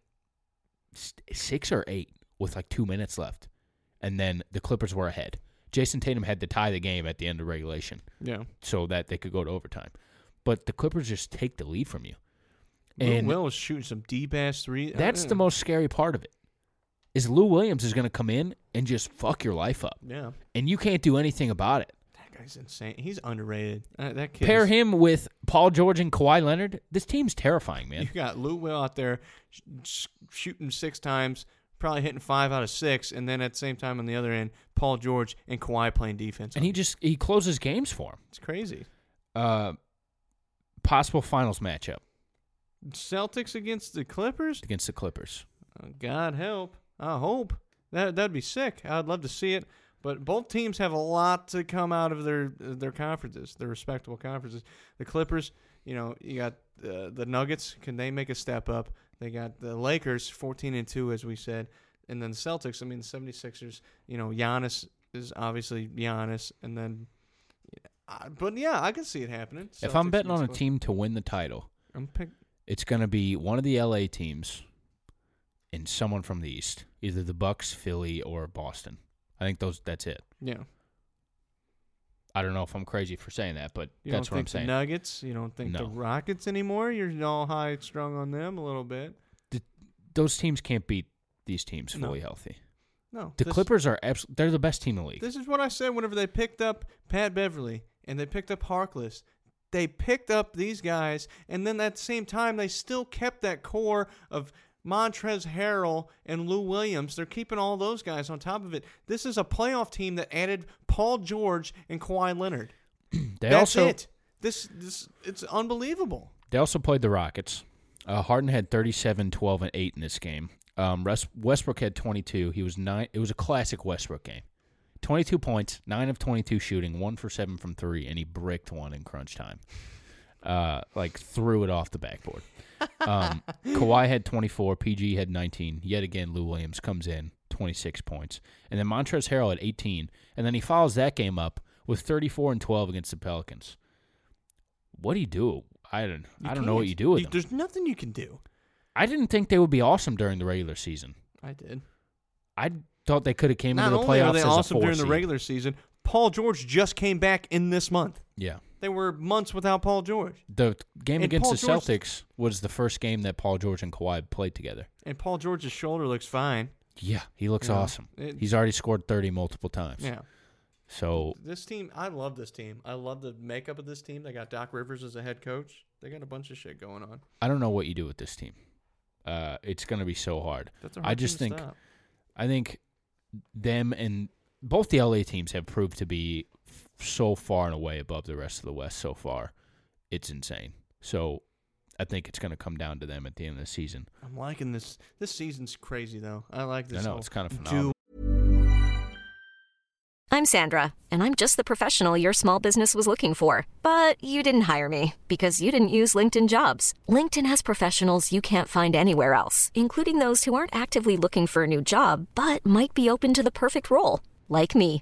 [SPEAKER 3] s- six or eight with like two minutes left, and then the Clippers were ahead. Jason Tatum had to tie the game at the end of regulation
[SPEAKER 4] Yeah.
[SPEAKER 3] so that they could go to overtime, but the Clippers just take the lead from you.
[SPEAKER 4] Lou
[SPEAKER 3] And-
[SPEAKER 4] Will was shooting some deep ass three.
[SPEAKER 3] That's
[SPEAKER 4] Uh,
[SPEAKER 3] the most scary part of it. Is Lou Williams is going to come in and just fuck your life up,
[SPEAKER 4] Yeah,
[SPEAKER 3] and you can't do anything about it.
[SPEAKER 4] that guy's insane. He's underrated. Uh, that kid.
[SPEAKER 3] Pair
[SPEAKER 4] is-
[SPEAKER 3] him with Paul George and Kawhi Leonard. This team's terrifying,
[SPEAKER 4] You
[SPEAKER 3] man.
[SPEAKER 4] got Lou Will out there sh- sh- shooting six times, probably hitting five out of six, and then at the same time on the other end, Paul George and Kawhi playing defense.
[SPEAKER 3] And
[SPEAKER 4] on
[SPEAKER 3] he
[SPEAKER 4] him.
[SPEAKER 3] just he closes games for him.
[SPEAKER 4] it's crazy.
[SPEAKER 3] Uh, possible finals matchup
[SPEAKER 4] Celtics against the Clippers.
[SPEAKER 3] against the Clippers.
[SPEAKER 4] Uh, God help. I hope that that'd be sick. I'd love to see it. But both teams have a lot to come out of their their conferences, their respectable conferences. The Clippers, you know, you got uh, the Nuggets. Can they make a step up? They got the Lakers, fourteen and two, as we said, and then the Celtics. I mean, the 76ers, You know, Giannis is obviously Giannis, and then, I- but yeah, I can see it happening.
[SPEAKER 3] If I'm
[SPEAKER 4] Celtics
[SPEAKER 3] betting on a
[SPEAKER 4] next one.
[SPEAKER 3] team to win the title,
[SPEAKER 4] I'm pick.
[SPEAKER 3] it's going to be one of the LA teams and someone from the East, either the Bucks, Philly, or Boston. I think those. That's it.
[SPEAKER 4] Yeah,
[SPEAKER 3] I don't know if I'm crazy for saying that, but
[SPEAKER 4] you
[SPEAKER 3] that's
[SPEAKER 4] don't
[SPEAKER 3] what I'm
[SPEAKER 4] think
[SPEAKER 3] saying.
[SPEAKER 4] the Nuggets. You don't think the
[SPEAKER 3] No.
[SPEAKER 4] Rockets anymore. You're all high strung on them a little bit.
[SPEAKER 3] Those teams can't beat these teams
[SPEAKER 4] No.
[SPEAKER 3] fully healthy.
[SPEAKER 4] No,
[SPEAKER 3] The
[SPEAKER 4] this-
[SPEAKER 3] Clippers are abs- they're the best team in the league.
[SPEAKER 4] This is what I said whenever they picked up Pat Beverly and they picked up Harkless. They picked up these guys, and then at the same time, they still kept that core of Montrez Harrell and Lou Williams. They're keeping all those guys on top of it. This is a playoff team that added Paul George and Kawhi Leonard.
[SPEAKER 3] They
[SPEAKER 4] That's
[SPEAKER 3] also
[SPEAKER 4] it. This this it's unbelievable.
[SPEAKER 3] They also played the Rockets. Uh, Harden had 37, 12, and 8 in this game. Um, Res- Westbrook had 22. He was nine. It was a classic Westbrook game. 22 points, 9 of 22 shooting, 1 for 7 from 3, and he bricked one in crunch time. Uh, like, threw it off the backboard. Um, Kawhi had 24. PG had 19. Yet again, Lou Williams comes in, 26 points. And then Montrezl Harrell at 18. And then he follows that game up with 34 and 12 against the Pelicans. What do you do? I don't.
[SPEAKER 4] You
[SPEAKER 3] I don't know what
[SPEAKER 4] can't.
[SPEAKER 3] you do with them.
[SPEAKER 4] There's nothing you can do.
[SPEAKER 3] I didn't think they would be awesome during the regular season.
[SPEAKER 4] I did.
[SPEAKER 3] I thought they could have came
[SPEAKER 4] Not
[SPEAKER 3] into the
[SPEAKER 4] only
[SPEAKER 3] playoffs
[SPEAKER 4] are they
[SPEAKER 3] as a
[SPEAKER 4] awesome
[SPEAKER 3] four
[SPEAKER 4] during the
[SPEAKER 3] seed.
[SPEAKER 4] regular season, Paul George just came back in this month.
[SPEAKER 3] Yeah,
[SPEAKER 4] They were months without Paul George.
[SPEAKER 3] the game
[SPEAKER 4] And
[SPEAKER 3] against
[SPEAKER 4] Paul
[SPEAKER 3] the
[SPEAKER 4] George-
[SPEAKER 3] Celtics was the first game that Paul George and Kawhi played together.
[SPEAKER 4] And Paul George's shoulder looks fine.
[SPEAKER 3] Yeah, he looks
[SPEAKER 4] Yeah.
[SPEAKER 3] awesome.
[SPEAKER 4] It-
[SPEAKER 3] He's already scored thirty multiple times.
[SPEAKER 4] Yeah.
[SPEAKER 3] So
[SPEAKER 4] This team, I love this team. I love the makeup of this team. They got Doc Rivers as a head coach. They got a bunch of shit going on.
[SPEAKER 3] I don't know what you do with this team. Uh, it's going to be so hard.
[SPEAKER 4] That's a hard
[SPEAKER 3] I just
[SPEAKER 4] team
[SPEAKER 3] think
[SPEAKER 4] to stop.
[SPEAKER 3] I think them and both the LA teams have proved to be f- so far and away above the rest of the West so far. It's insane. So I think it's going to come down to them at the end of the season.
[SPEAKER 4] I'm liking this. This season's crazy though. I like this.
[SPEAKER 3] I know,
[SPEAKER 4] whole
[SPEAKER 3] it's kinda
[SPEAKER 4] do-
[SPEAKER 3] phenomenal.
[SPEAKER 1] I'm Sandra, and I'm just the professional your small business was looking for. But you didn't hire me because you didn't use LinkedIn jobs. LinkedIn has professionals you can't find anywhere else, including those who aren't actively looking for a new job but might be open to the perfect role, like me.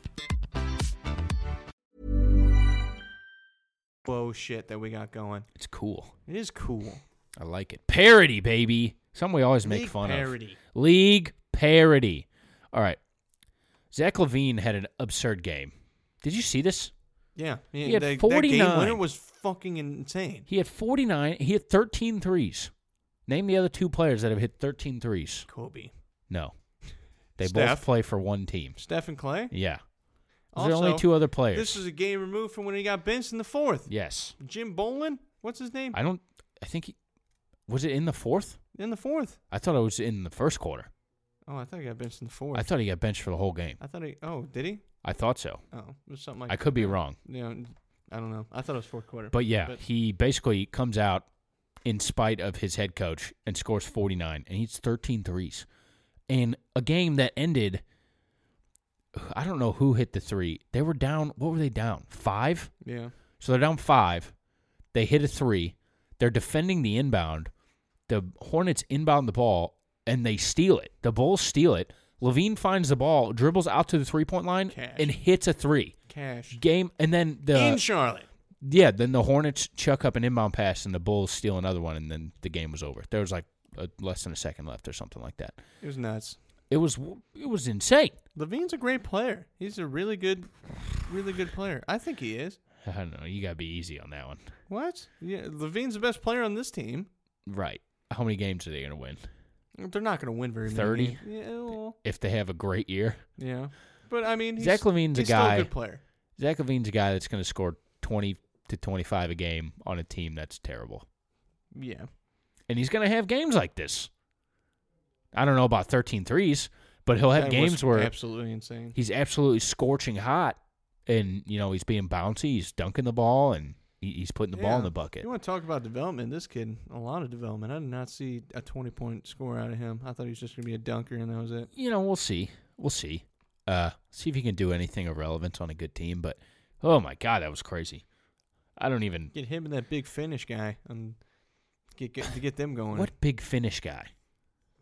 [SPEAKER 4] Whoa, shit that we got going.
[SPEAKER 3] It's cool.
[SPEAKER 4] It is cool.
[SPEAKER 3] I like it. Parody, baby. Something we always make
[SPEAKER 4] League
[SPEAKER 3] fun
[SPEAKER 4] parody.
[SPEAKER 3] of. League parody. All right. Zach Levine had an absurd game. Did you see this?
[SPEAKER 4] Yeah. yeah
[SPEAKER 3] He had
[SPEAKER 4] they- That game
[SPEAKER 3] 49.
[SPEAKER 4] winner was fucking insane.
[SPEAKER 3] He had 49. He had 13 threes. Name the other two players that have hit 13 threes.
[SPEAKER 4] Kobe,
[SPEAKER 3] No. They
[SPEAKER 4] Steph.
[SPEAKER 3] both play for one team.
[SPEAKER 4] Steph, and Clay.
[SPEAKER 3] Yeah. Those are only
[SPEAKER 4] Also,
[SPEAKER 3] two other players.
[SPEAKER 4] This is a game removed from when he got benched in the fourth.
[SPEAKER 3] yes.
[SPEAKER 4] Jim Bolin, what's his name?
[SPEAKER 3] I don't. I think he was it in the fourth.
[SPEAKER 4] in the fourth.
[SPEAKER 3] I thought it was in the first quarter.
[SPEAKER 4] Oh, I thought he got benched in the fourth.
[SPEAKER 3] I thought he got benched for the whole game.
[SPEAKER 4] I thought he. Oh, did he?
[SPEAKER 3] I thought so.
[SPEAKER 4] Oh, it was something like.
[SPEAKER 3] I could be wrong,
[SPEAKER 4] Yeah, I don't know. I thought it was fourth quarter.
[SPEAKER 3] but yeah, he basically comes out in spite of his head coach and scores 49, and he's 13 threes in a game that ended. I don't know who hit the three. They were down. What were they down? Five.
[SPEAKER 4] yeah,
[SPEAKER 3] So they're down five. They hit a three. They're defending the inbound. The Hornets inbound the ball and they steal it. The Bulls steal it. Levine finds the ball, dribbles out to the three point line,
[SPEAKER 4] Cash.
[SPEAKER 3] and hits a three.
[SPEAKER 4] cash
[SPEAKER 3] Game and then the
[SPEAKER 4] in Charlotte.
[SPEAKER 3] yeah, then the Hornets chuck up an inbound pass and the Bulls steal another one, and then the game was over. There was like a, less than a second left or something like that.
[SPEAKER 4] It was nuts.
[SPEAKER 3] It was it was insane.
[SPEAKER 4] Levine's a great player. He's a really good, really good player. I think he is.
[SPEAKER 3] I don't know. You gotta be easy on that one,
[SPEAKER 4] What? Yeah, Levine's the best player on this team.
[SPEAKER 3] right? How many games are they gonna win?
[SPEAKER 4] They're not going to win very many.
[SPEAKER 3] 30?
[SPEAKER 4] games. Yeah, well,
[SPEAKER 3] If they have a great year,
[SPEAKER 4] yeah. But I mean, he's,
[SPEAKER 3] Zach Levine's a
[SPEAKER 4] he's
[SPEAKER 3] guy-
[SPEAKER 4] Still a good player.
[SPEAKER 3] Zach Levine's a guy that's going to score 20 to 25 a game on a team that's terrible.
[SPEAKER 4] Yeah.
[SPEAKER 3] And he's going to have games like this. I don't know about 13 threes, but he'll have
[SPEAKER 4] That was
[SPEAKER 3] games where
[SPEAKER 4] absolutely insane.
[SPEAKER 3] he's absolutely scorching hot and, you know, he's being bouncy, he's dunking the ball, and he- he's putting the ball in
[SPEAKER 4] Yeah.
[SPEAKER 3] the bucket.
[SPEAKER 4] You want to talk about development? This kid, a lot of development. I did not see a twenty-point score out of him. I thought he was just going to be a dunker, and that was it.
[SPEAKER 3] you know, we'll see. We'll see. Uh, see if he can do anything of relevance on a good team. But oh my god, that was crazy. I don't even.
[SPEAKER 4] Get him and that big Finnish guy, and get, get to get them going.
[SPEAKER 3] What big Finnish guy?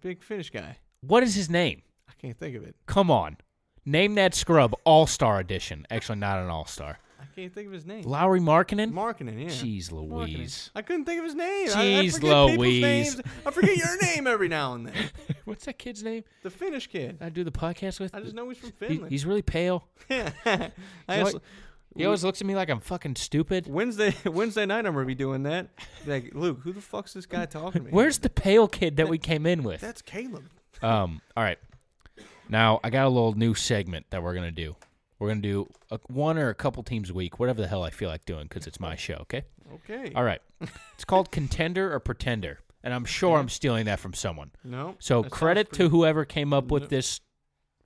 [SPEAKER 4] big Finnish guy?
[SPEAKER 3] What is his name?
[SPEAKER 4] I can't think of it.
[SPEAKER 3] Come on, name that scrub All Star Edition. Actually, not an All Star.
[SPEAKER 4] I can't think of his name.
[SPEAKER 3] Lowry Markkinen.
[SPEAKER 4] Markkinen, yeah.
[SPEAKER 3] Jeez
[SPEAKER 4] Markkinen.
[SPEAKER 3] Louise.
[SPEAKER 4] I couldn't think of his name. I- I,
[SPEAKER 3] Jeez
[SPEAKER 4] forget people's
[SPEAKER 3] Louise.
[SPEAKER 4] names. I forget your name every now and then.
[SPEAKER 3] What's that kid's name?
[SPEAKER 4] The Finnish kid.
[SPEAKER 3] I do the podcast with.
[SPEAKER 4] I just know he's from
[SPEAKER 3] He-
[SPEAKER 4] Finland.
[SPEAKER 3] he's really pale.
[SPEAKER 4] I
[SPEAKER 3] You know
[SPEAKER 4] asked-
[SPEAKER 3] what? He always looks at me like I'm fucking stupid.
[SPEAKER 4] Wednesday Wednesday night I'm gonna be doing that. Like, Luke, who the fuck's this guy talking to?
[SPEAKER 3] Where's the pale kid that we came in with?
[SPEAKER 4] That's Caleb.
[SPEAKER 3] Um. All right. Now I got a little new segment that we're gonna do. We're gonna do a, one or a couple teams a week, whatever the hell I feel like doing, because it's my show. Okay.
[SPEAKER 4] Okay.
[SPEAKER 3] All right. It's called contender or pretender, and I'm sure I'm stealing that from someone.
[SPEAKER 4] No.
[SPEAKER 3] So
[SPEAKER 4] that sounds
[SPEAKER 3] credit to
[SPEAKER 4] pretty
[SPEAKER 3] whoever came up
[SPEAKER 4] No.
[SPEAKER 3] with this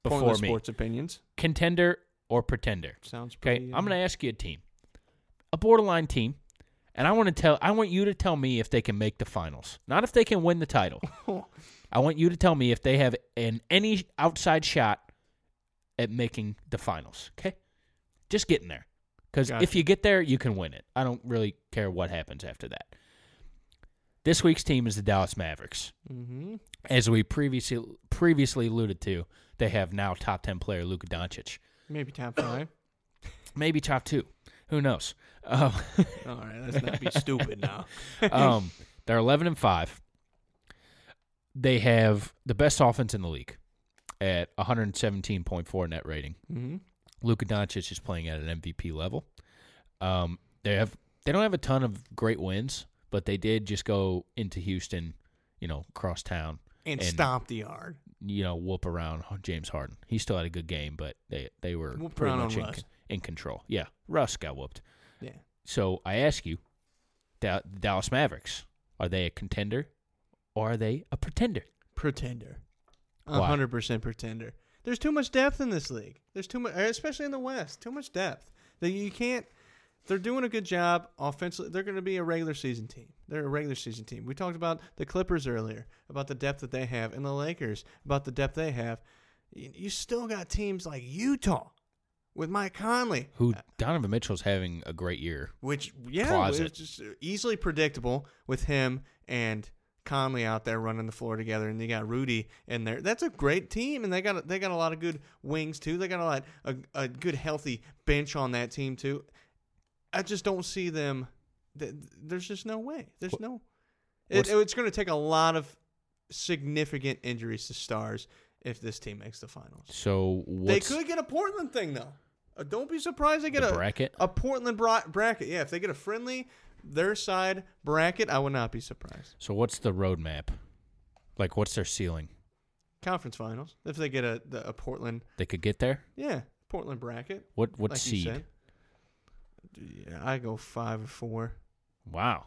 [SPEAKER 3] before
[SPEAKER 4] pointless
[SPEAKER 3] me.
[SPEAKER 4] Sports opinions
[SPEAKER 3] Contender or pretender.
[SPEAKER 4] sounds
[SPEAKER 3] Okay.
[SPEAKER 4] pretty. uh,
[SPEAKER 3] I'm gonna ask you a team, a borderline team, and I want to tell. I want you to tell me if they can make the finals, not if they can win the title.
[SPEAKER 4] gonna.
[SPEAKER 3] I want you to tell me if they have an any outside shot at making the finals. Okay, just getting there, because if
[SPEAKER 4] Gotcha.
[SPEAKER 3] you get there, you can win it. I don't really care what happens after that. This week's team is the Dallas Mavericks.
[SPEAKER 4] hmm
[SPEAKER 3] As we previously previously alluded to, they have now top ten player Luka Doncic,
[SPEAKER 4] Maybe top five.
[SPEAKER 3] maybe top two. Who knows? Um,
[SPEAKER 4] All right, let's not be stupid now.
[SPEAKER 3] um, they're 11 and 5. They have the best offense in the league at 117.4 net rating.
[SPEAKER 4] hmm
[SPEAKER 3] Luka Doncic is playing at an MVP level. Um, they have they don't have a ton of great wins, but they did just go into Houston, you know, cross town
[SPEAKER 4] And, stomp the yard.
[SPEAKER 3] you know, whoop around James Harden. He still had a good game, but they they were
[SPEAKER 4] Whoop
[SPEAKER 3] pretty
[SPEAKER 4] around on
[SPEAKER 3] much in,
[SPEAKER 4] Russ.
[SPEAKER 3] con- in control. Yeah, Russ got whooped.
[SPEAKER 4] Yeah.
[SPEAKER 3] So I ask you, Da- Dallas Mavericks, are they a contender or are they a pretender?
[SPEAKER 4] Pretender. A
[SPEAKER 3] Why?
[SPEAKER 4] hundred percent pretender. There's too much depth in this league. There's too much, especially in the West. Too much depth. That you can't. They're doing a good job offensively. They're going to be a regular season team. They're a regular season team. We talked about the Clippers earlier, about the depth that they have, and the Lakers about the depth they have. You, you still got teams like Utah with Mike Conley,
[SPEAKER 3] Who Donovan Mitchell's having a great year.
[SPEAKER 4] which yeah,
[SPEAKER 3] Closet.
[SPEAKER 4] it's just uh, easily predictable with him and Conley out there running the floor together, and they got Rudy in there. That's a great team, and they got they got a lot of good wings too. They got a lot a, a good healthy bench on that team too. I just don't see them. th- There's just no way. There's no. It,
[SPEAKER 3] What's-
[SPEAKER 4] it's going to take a lot of significant injuries to stars if this team makes the finals.
[SPEAKER 3] So what's
[SPEAKER 4] They could get a Portland thing though. Uh, Don't be surprised they get
[SPEAKER 3] The
[SPEAKER 4] a
[SPEAKER 3] bracket?
[SPEAKER 4] A Portland bra- bracket, yeah. If they get a friendly their side bracket, I would not be surprised.
[SPEAKER 3] so what's the roadmap? Like what's their ceiling?
[SPEAKER 4] Conference finals, if they get a the, a Portland,
[SPEAKER 3] They could get there.
[SPEAKER 4] yeah, Portland bracket.
[SPEAKER 3] What what
[SPEAKER 4] like you
[SPEAKER 3] seed?
[SPEAKER 4] said. Yeah, I go five or four.
[SPEAKER 3] Wow,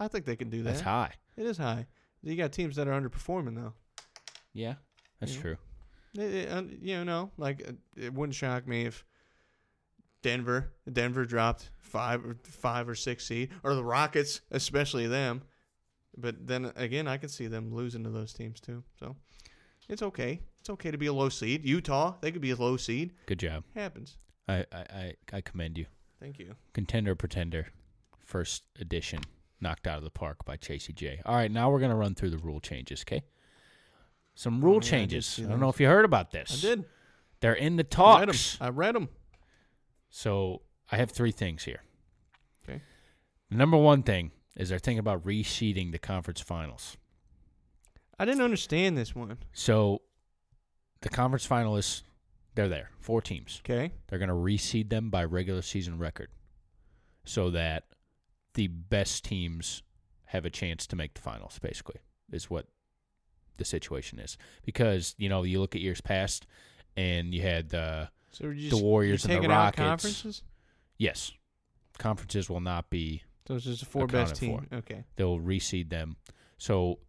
[SPEAKER 4] I think they can do that.
[SPEAKER 3] that's high.
[SPEAKER 4] It is high. You got teams that are underperforming though.
[SPEAKER 3] Yeah, that's
[SPEAKER 4] Yeah.
[SPEAKER 3] true.
[SPEAKER 4] It- it- uh, you know, like uh, it wouldn't shock me if Denver, Denver dropped five or five or six seed, or the Rockets, especially them. But then again, I could see them losing to those teams too. So it's okay. It's okay to be a low seed. Utah, they could be a low seed.
[SPEAKER 3] Good job.
[SPEAKER 4] Happens.
[SPEAKER 3] I I I, I commend you.
[SPEAKER 4] Thank you.
[SPEAKER 3] Contender Pretender, first edition, knocked out of the park by Chasey J. All right, now we're gonna run through the rule changes. Okay, some
[SPEAKER 4] Oh,
[SPEAKER 3] rule
[SPEAKER 4] yeah, I did
[SPEAKER 3] changes.
[SPEAKER 4] see
[SPEAKER 3] I, don't know
[SPEAKER 4] those.
[SPEAKER 3] if you heard about this.
[SPEAKER 4] I did.
[SPEAKER 3] They're in the
[SPEAKER 4] I read 'em.
[SPEAKER 3] talks.
[SPEAKER 4] I read them.
[SPEAKER 3] So I have three things here.
[SPEAKER 4] Okay.
[SPEAKER 3] Number one thing is they're thinking about reseeding the conference finals.
[SPEAKER 4] I didn't understand this one.
[SPEAKER 3] So the conference finalists, they're there, four teams.
[SPEAKER 4] Okay.
[SPEAKER 3] They're going to reseed them by regular season record so that the best teams have a chance to make the finals, basically, is what the situation is. Because, you know, you look at years past and you had uh,
[SPEAKER 4] So are you
[SPEAKER 3] The
[SPEAKER 4] just,
[SPEAKER 3] Warriors
[SPEAKER 4] you're
[SPEAKER 3] and the
[SPEAKER 4] taking out
[SPEAKER 3] Rockets.
[SPEAKER 4] Conferences?
[SPEAKER 3] Yes, conferences will not be.
[SPEAKER 4] So it's just the four best team.
[SPEAKER 3] Accounted
[SPEAKER 4] Okay.
[SPEAKER 3] They'll reseed them. So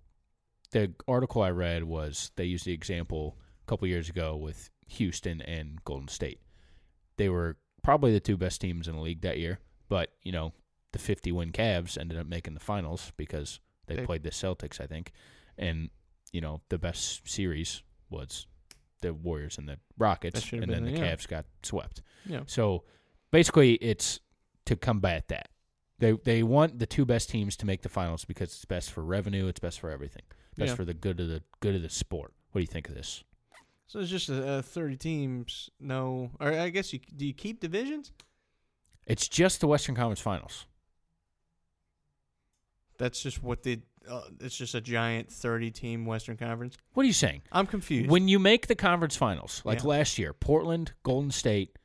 [SPEAKER 3] the article I read was they used the example a couple years ago with Houston and Golden State. They were probably the two best teams in the league that year, but you know the 50 win Cavs ended up making the finals because they,
[SPEAKER 4] They-
[SPEAKER 3] played the Celtics, I think, and you know the best series was the Warriors and the Rockets,
[SPEAKER 4] should've
[SPEAKER 3] and then the
[SPEAKER 4] been- yeah.
[SPEAKER 3] Cavs got swept.
[SPEAKER 4] Yeah.
[SPEAKER 3] So basically, it's to combat that. They they want the two best teams to make the finals because it's best for revenue, it's best for everything, best
[SPEAKER 4] Yeah.
[SPEAKER 3] for the good of the good of the sport. What do you think of this?
[SPEAKER 4] So it's just uh, thirty teams. No, or I guess you do you keep divisions?
[SPEAKER 3] It's just the Western Conference Finals.
[SPEAKER 4] That's just what they. Uh, it's just a giant thirty-team Western Conference.
[SPEAKER 3] What are you saying?
[SPEAKER 4] I'm confused.
[SPEAKER 3] When you make the conference finals, like
[SPEAKER 4] Yeah.
[SPEAKER 3] last year, Portland, Golden State,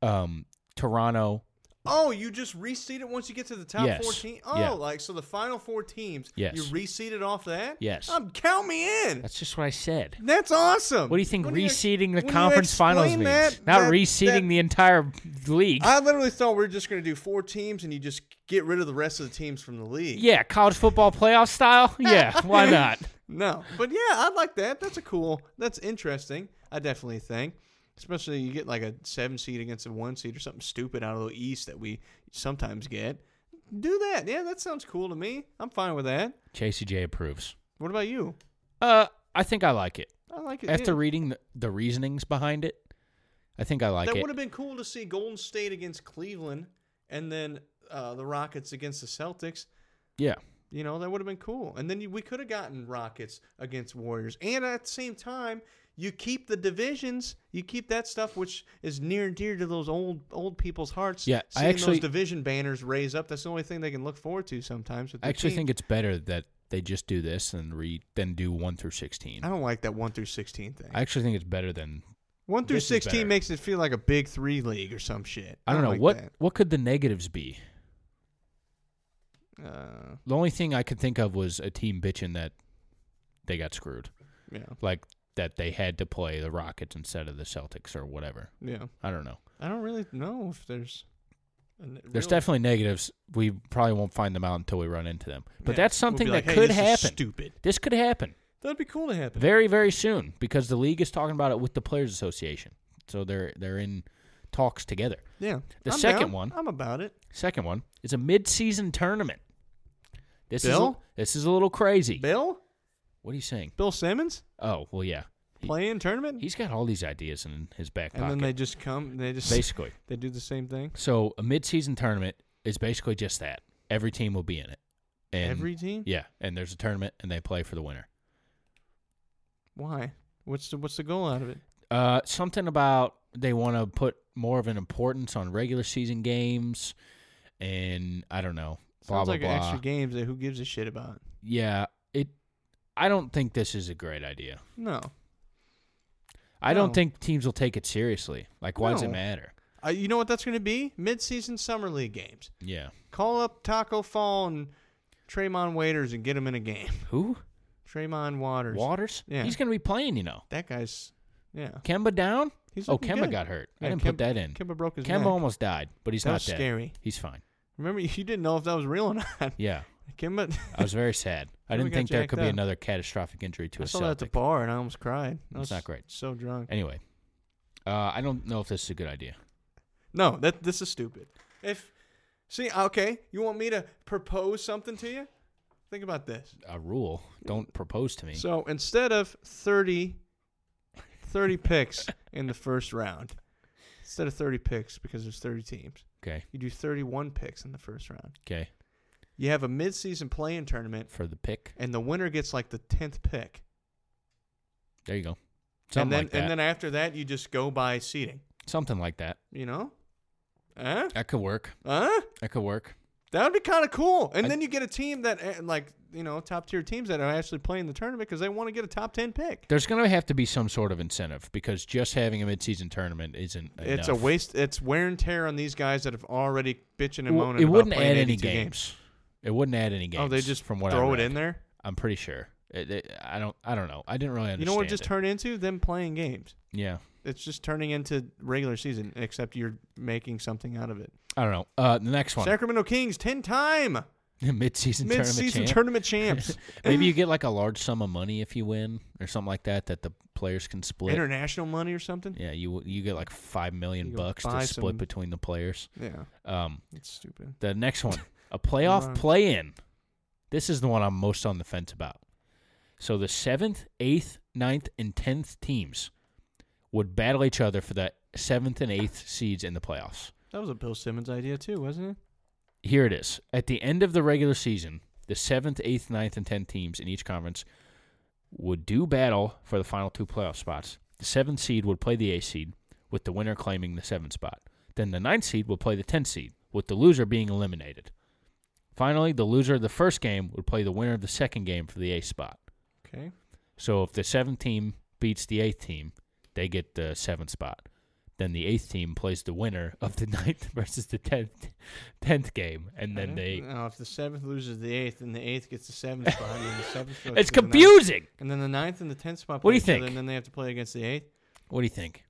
[SPEAKER 3] um, Toronto,
[SPEAKER 4] oh, you just reseed it once you get to the top
[SPEAKER 3] Yes.
[SPEAKER 4] fourteen. Oh,
[SPEAKER 3] Yeah.
[SPEAKER 4] like so the final four teams.
[SPEAKER 3] Yes.
[SPEAKER 4] You reseed it off that.
[SPEAKER 3] Yes.
[SPEAKER 4] Um, count me in.
[SPEAKER 3] that's just what I said.
[SPEAKER 4] That's awesome.
[SPEAKER 3] What do you think
[SPEAKER 4] When ex-
[SPEAKER 3] reseeding the
[SPEAKER 4] when you
[SPEAKER 3] conference finals
[SPEAKER 4] explain
[SPEAKER 3] means?
[SPEAKER 4] that-
[SPEAKER 3] Not
[SPEAKER 4] that-
[SPEAKER 3] reseeding
[SPEAKER 4] that-
[SPEAKER 3] the entire league.
[SPEAKER 4] I literally thought we were just going to do four teams and you just get rid of the rest of the teams from the league.
[SPEAKER 3] Yeah, college football playoff style. Yeah, why not?
[SPEAKER 4] No, but yeah, I like that. That's a cool. That's interesting. I definitely think, especially you get like a seven seed against a one seed or something stupid out of the East that we sometimes get. Do that. Yeah, that sounds cool to me. I'm fine with that.
[SPEAKER 3] Chasey J approves.
[SPEAKER 4] What about you?
[SPEAKER 3] Uh, I think I like it.
[SPEAKER 4] I like it.
[SPEAKER 3] After
[SPEAKER 4] yeah.
[SPEAKER 3] reading the, the reasonings behind it, I think I like
[SPEAKER 4] that
[SPEAKER 3] it.
[SPEAKER 4] would have been cool to see Golden State against Cleveland and then uh, the Rockets against the Celtics.
[SPEAKER 3] yeah,
[SPEAKER 4] You know, that would have been cool. And then you, we could have gotten Rockets against Warriors. And at the same time, you keep the divisions. You keep that stuff which is near and dear to those old old people's hearts.
[SPEAKER 3] Yeah, I
[SPEAKER 4] Seeing
[SPEAKER 3] actually-
[SPEAKER 4] those division banners raise up. That's the only thing they can look forward to sometimes. With
[SPEAKER 3] I actually think it's better that they just do this and re then do one through sixteen.
[SPEAKER 4] I
[SPEAKER 3] I,
[SPEAKER 4] don't like that one through sixteen thing.
[SPEAKER 3] actually think it's better than
[SPEAKER 4] one through
[SPEAKER 3] this is
[SPEAKER 4] sixteen
[SPEAKER 3] better.
[SPEAKER 4] makes it feel like a big three league or some shit.
[SPEAKER 3] I don't know
[SPEAKER 4] like
[SPEAKER 3] what
[SPEAKER 4] that.
[SPEAKER 3] what could the negatives be.
[SPEAKER 4] Uh,
[SPEAKER 3] The only thing I could think of was a team bitching that they got screwed,
[SPEAKER 4] yeah,
[SPEAKER 3] like that they had to play the Rockets instead of the Celtics or whatever.
[SPEAKER 4] yeah.
[SPEAKER 3] I don't know.
[SPEAKER 4] I don't really know if there's. a n-
[SPEAKER 3] There's
[SPEAKER 4] real-
[SPEAKER 3] definitely negatives. We probably won't find them out until we run into them. But
[SPEAKER 4] Yeah.
[SPEAKER 3] that's
[SPEAKER 4] We'll be
[SPEAKER 3] something
[SPEAKER 4] like,
[SPEAKER 3] that
[SPEAKER 4] "Hey,
[SPEAKER 3] could
[SPEAKER 4] this is
[SPEAKER 3] happen.
[SPEAKER 4] stupid.
[SPEAKER 3] This could happen
[SPEAKER 4] That'd be cool to happen.
[SPEAKER 3] very, very soon because the league is talking about it with the players' association. So they're they're in talks together.
[SPEAKER 4] Yeah.
[SPEAKER 3] The
[SPEAKER 4] I'm
[SPEAKER 3] second
[SPEAKER 4] down.
[SPEAKER 3] one-
[SPEAKER 4] I'm about it.
[SPEAKER 3] Second one is a mid-season tournament. This is
[SPEAKER 4] Bill?
[SPEAKER 3] a, this is a little crazy.
[SPEAKER 4] Bill?
[SPEAKER 3] What are you saying?
[SPEAKER 4] Bill Simmons?
[SPEAKER 3] Oh well, yeah.
[SPEAKER 4] Playing tournament?
[SPEAKER 3] He's got all these ideas in his back
[SPEAKER 4] and
[SPEAKER 3] pocket.
[SPEAKER 4] then they just come they just
[SPEAKER 3] Basically.
[SPEAKER 4] they do the same thing.
[SPEAKER 3] so a mid-season tournament is basically just that. Every team will be in it. And
[SPEAKER 4] Every team?
[SPEAKER 3] Yeah, and there's a tournament, and they play for the winner.
[SPEAKER 4] Why? What's the what's the goal out of it?
[SPEAKER 3] Uh, something about they want to put more of an importance on regular season games, and I don't know. Blah
[SPEAKER 4] Sounds
[SPEAKER 3] blah
[SPEAKER 4] like
[SPEAKER 3] blah.
[SPEAKER 4] extra games that who gives a shit about.
[SPEAKER 3] Yeah, it. I don't think this is a great idea.
[SPEAKER 4] No.
[SPEAKER 3] I
[SPEAKER 4] No.
[SPEAKER 3] don't think teams will take it seriously. Like, why does it
[SPEAKER 4] No.
[SPEAKER 3] matter?
[SPEAKER 4] Uh, you know what that's going to be? Mid-season summer league games.
[SPEAKER 3] Yeah.
[SPEAKER 4] Call up Taco Fall and Tremon Waiters and get him in a game.
[SPEAKER 3] Who?
[SPEAKER 4] Tremon Waters.
[SPEAKER 3] Waters?
[SPEAKER 4] Yeah.
[SPEAKER 3] He's gonna be playing. You know,
[SPEAKER 4] that guy's yeah.
[SPEAKER 3] Kemba down.
[SPEAKER 4] He's
[SPEAKER 3] oh,
[SPEAKER 4] looking
[SPEAKER 3] Kemba
[SPEAKER 4] good.
[SPEAKER 3] got hurt. I
[SPEAKER 4] Yeah,
[SPEAKER 3] didn't
[SPEAKER 4] Kemba-
[SPEAKER 3] put that in.
[SPEAKER 4] Kemba broke his
[SPEAKER 3] Kemba
[SPEAKER 4] neck.
[SPEAKER 3] almost died, but he's
[SPEAKER 4] That
[SPEAKER 3] not
[SPEAKER 4] was
[SPEAKER 3] dead.
[SPEAKER 4] scary.
[SPEAKER 3] He's fine.
[SPEAKER 4] Remember you didn't know if that was real or not.
[SPEAKER 3] Yeah.
[SPEAKER 4] Kimba
[SPEAKER 3] I was very sad. I
[SPEAKER 4] Kemba
[SPEAKER 3] didn't
[SPEAKER 4] got
[SPEAKER 3] think there
[SPEAKER 4] jacked
[SPEAKER 3] could be
[SPEAKER 4] up.
[SPEAKER 3] another catastrophic injury to
[SPEAKER 4] I
[SPEAKER 3] a
[SPEAKER 4] saw
[SPEAKER 3] Celtic.
[SPEAKER 4] that at the bar and I almost cried. I
[SPEAKER 3] It's
[SPEAKER 4] was
[SPEAKER 3] not great.
[SPEAKER 4] So drunk.
[SPEAKER 3] Anyway, uh, I don't know if this is a good idea.
[SPEAKER 4] No, that this is stupid. If see, okay, you want me to propose something to you? Think about this.
[SPEAKER 3] A rule. Don't propose to me.
[SPEAKER 4] So instead of 30, 30 picks in the first round, instead of thirty picks because there's thirty teams,
[SPEAKER 3] okay.
[SPEAKER 4] you do thirty-one picks in the first round.
[SPEAKER 3] Okay.
[SPEAKER 4] You have a mid-season play-in tournament,
[SPEAKER 3] For the pick.
[SPEAKER 4] and the winner gets like the tenth pick.
[SPEAKER 3] There you go. Something
[SPEAKER 4] and then
[SPEAKER 3] like that.
[SPEAKER 4] and then after that, you just go by seeding.
[SPEAKER 3] Something like that.
[SPEAKER 4] You know? Eh? Huh?
[SPEAKER 3] That could work.
[SPEAKER 4] Huh?
[SPEAKER 3] That could work.
[SPEAKER 4] That would be kind of cool. And
[SPEAKER 3] I-
[SPEAKER 4] then you get a team that, eh, like, you know, top tier teams that are actually playing the tournament because they want to get a top 10 pick.
[SPEAKER 3] There's going to have to be some sort of incentive because just having a midseason tournament isn't.
[SPEAKER 4] It's a
[SPEAKER 3] enough.
[SPEAKER 4] waste. It's wear and tear on these guys that have already bitching and
[SPEAKER 3] Well,
[SPEAKER 4] moaning.
[SPEAKER 3] it
[SPEAKER 4] about
[SPEAKER 3] wouldn't
[SPEAKER 4] playing
[SPEAKER 3] add any
[SPEAKER 4] 82
[SPEAKER 3] games. It wouldn't add any games.
[SPEAKER 4] Oh, they just
[SPEAKER 3] from what I
[SPEAKER 4] throw it
[SPEAKER 3] read.
[SPEAKER 4] in there.
[SPEAKER 3] I'm pretty sure. It, it- I don't. I don't know. I didn't really understand.
[SPEAKER 4] You know what? Just
[SPEAKER 3] it.
[SPEAKER 4] turn into them playing games.
[SPEAKER 3] Yeah.
[SPEAKER 4] it's just turning into regular season, except you're making something out of it.
[SPEAKER 3] I don't know. Uh, the next one,
[SPEAKER 4] Sacramento Kings, ten time
[SPEAKER 3] mid-season
[SPEAKER 4] mid
[SPEAKER 3] tournament
[SPEAKER 4] season
[SPEAKER 3] champ.
[SPEAKER 4] tournament champs.
[SPEAKER 3] Maybe you get like a large sum of money if you win or something like that that the players can split.
[SPEAKER 4] International money or something.
[SPEAKER 3] yeah, you you get like five million
[SPEAKER 4] You can
[SPEAKER 3] bucks to
[SPEAKER 4] buy
[SPEAKER 3] split
[SPEAKER 4] some-
[SPEAKER 3] between the players.
[SPEAKER 4] Yeah,
[SPEAKER 3] Um,
[SPEAKER 4] it's stupid.
[SPEAKER 3] the next one, a playoff
[SPEAKER 4] Right.
[SPEAKER 3] play-in. This is the one I'm most on the fence about. So the seventh, eighth, ninth, and tenth teams would battle each other for the seventh and eighth seeds in the playoffs.
[SPEAKER 4] That was a Bill Simmons idea too, wasn't it?
[SPEAKER 3] here it is. At the end of the regular season, the seventh, eighth, ninth, and tenth teams in each conference would do battle for the final two playoff spots. The seventh seed would play the eighth seed, with the winner claiming the seventh spot. Then the ninth seed would play the tenth seed, with the loser being eliminated. Finally, the loser of the first game would play the winner of the second game for the eighth spot.
[SPEAKER 4] Okay.
[SPEAKER 3] So if the seventh team beats the eighth team, they get the seventh spot. Then the eighth team plays the winner of the ninth versus the tenth tenth game, and
[SPEAKER 4] I
[SPEAKER 3] then they.
[SPEAKER 4] don't know, if the seventh loses the eighth, and the eighth gets the seventh spot, and then the seventh. goes
[SPEAKER 3] It's
[SPEAKER 4] to the ninth,
[SPEAKER 3] confusing.
[SPEAKER 4] and then the ninth and the tenth spot.
[SPEAKER 3] What
[SPEAKER 4] Play
[SPEAKER 3] do you
[SPEAKER 4] each other,
[SPEAKER 3] think?
[SPEAKER 4] and then they have to play against the eighth.
[SPEAKER 3] What do you think?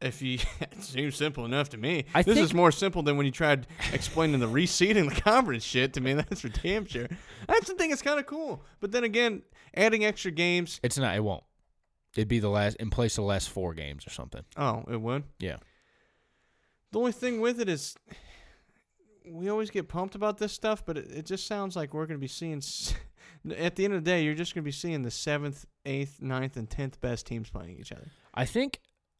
[SPEAKER 4] If you, it seems simple enough to me.
[SPEAKER 3] I
[SPEAKER 4] this
[SPEAKER 3] think-
[SPEAKER 4] is more simple than when you tried explaining the reseeding the conference shit to me. That's for damn sure. That's the thing. It's kind of cool, but then again, adding extra games.
[SPEAKER 3] It's not. It won't. It'd be the last in place of the last four games or something.
[SPEAKER 4] Oh, it would.
[SPEAKER 3] Yeah.
[SPEAKER 4] The only thing with it is, we always get pumped about this stuff, but it, it just sounds like we're going to be seeing. s- At the end of the day, you're just going to be seeing the seventh, eighth, ninth, and tenth best teams playing each other.
[SPEAKER 3] I think.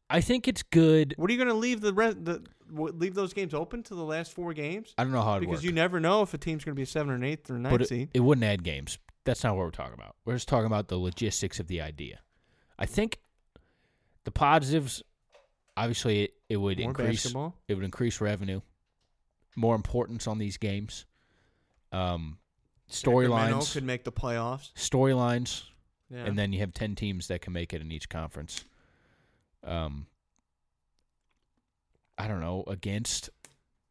[SPEAKER 3] I think it's good.
[SPEAKER 4] What are you going to leave the rest? The w- leave those games open to the last four games
[SPEAKER 3] I don't know how it
[SPEAKER 4] because
[SPEAKER 3] works.
[SPEAKER 4] you never know if a team's going to be a seven or an eighth or a ninth
[SPEAKER 3] but it,
[SPEAKER 4] seed.
[SPEAKER 3] it wouldn't add games. That's not what we're talking about. We're just talking about the logistics of the idea. I think the positives, obviously, it, it would
[SPEAKER 4] More
[SPEAKER 3] increase.
[SPEAKER 4] basketball.
[SPEAKER 3] It would increase revenue. More importance on these games. Um,
[SPEAKER 4] Sacramento
[SPEAKER 3] storylines,
[SPEAKER 4] could make the playoffs,
[SPEAKER 3] storylines,
[SPEAKER 4] yeah.
[SPEAKER 3] and then you have ten teams that can make it in each conference. Um, I don't know. Against,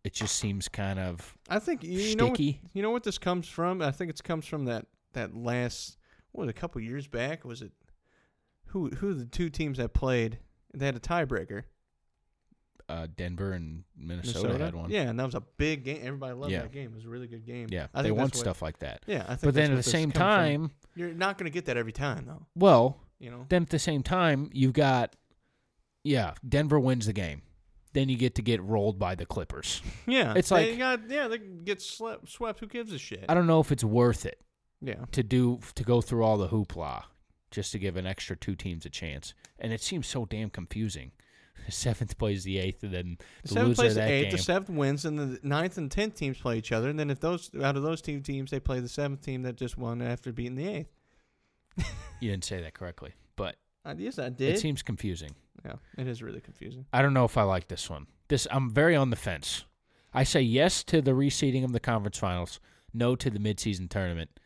[SPEAKER 3] it just seems kind of
[SPEAKER 4] I think you, you know what,
[SPEAKER 3] Sticky.
[SPEAKER 4] you know what this comes from. I think it comes from that that last what was it, a couple years back was it who who were the two teams that played they had a tiebreaker.
[SPEAKER 3] uh, Denver and Minnesota, had one.
[SPEAKER 4] Yeah, and that was a big game. Everybody loved
[SPEAKER 3] Yeah.
[SPEAKER 4] that game. It was a really good game.
[SPEAKER 3] Yeah,
[SPEAKER 4] I
[SPEAKER 3] they
[SPEAKER 4] think that's
[SPEAKER 3] want
[SPEAKER 4] what-
[SPEAKER 3] stuff like that.
[SPEAKER 4] Yeah, I think.
[SPEAKER 3] But
[SPEAKER 4] that's
[SPEAKER 3] then
[SPEAKER 4] what
[SPEAKER 3] at the
[SPEAKER 4] this
[SPEAKER 3] same
[SPEAKER 4] comes from.
[SPEAKER 3] time,
[SPEAKER 4] you're not going to get that every time though.
[SPEAKER 3] well,
[SPEAKER 4] You know.
[SPEAKER 3] then at the same time, you've got, yeah, Denver wins the game. Then you get to get rolled by the Clippers.
[SPEAKER 4] Yeah,
[SPEAKER 3] it's
[SPEAKER 4] they
[SPEAKER 3] like-
[SPEAKER 4] got, yeah they get slept, swept. Who gives a shit?
[SPEAKER 3] I don't know if it's worth it
[SPEAKER 4] yeah,
[SPEAKER 3] to do to go through all the hoopla just to give an extra two teams a chance. And it seems so damn confusing. The seventh plays the eighth, and then the,
[SPEAKER 4] the seventh
[SPEAKER 3] loser
[SPEAKER 4] plays
[SPEAKER 3] of
[SPEAKER 4] the
[SPEAKER 3] that
[SPEAKER 4] eighth,
[SPEAKER 3] game.
[SPEAKER 4] the seventh wins, and the ninth and tenth teams play each other. And then if those out of those two teams, they play the seventh team that just won after beating the eighth.
[SPEAKER 3] You didn't say that correctly, but
[SPEAKER 4] Uh, yes, I did.
[SPEAKER 3] it seems confusing.
[SPEAKER 4] yeah, it is really confusing.
[SPEAKER 3] I don't know if I like this one. This I'm very on the fence. I say yes to the reseeding of the conference finals, no to the midseason tournament,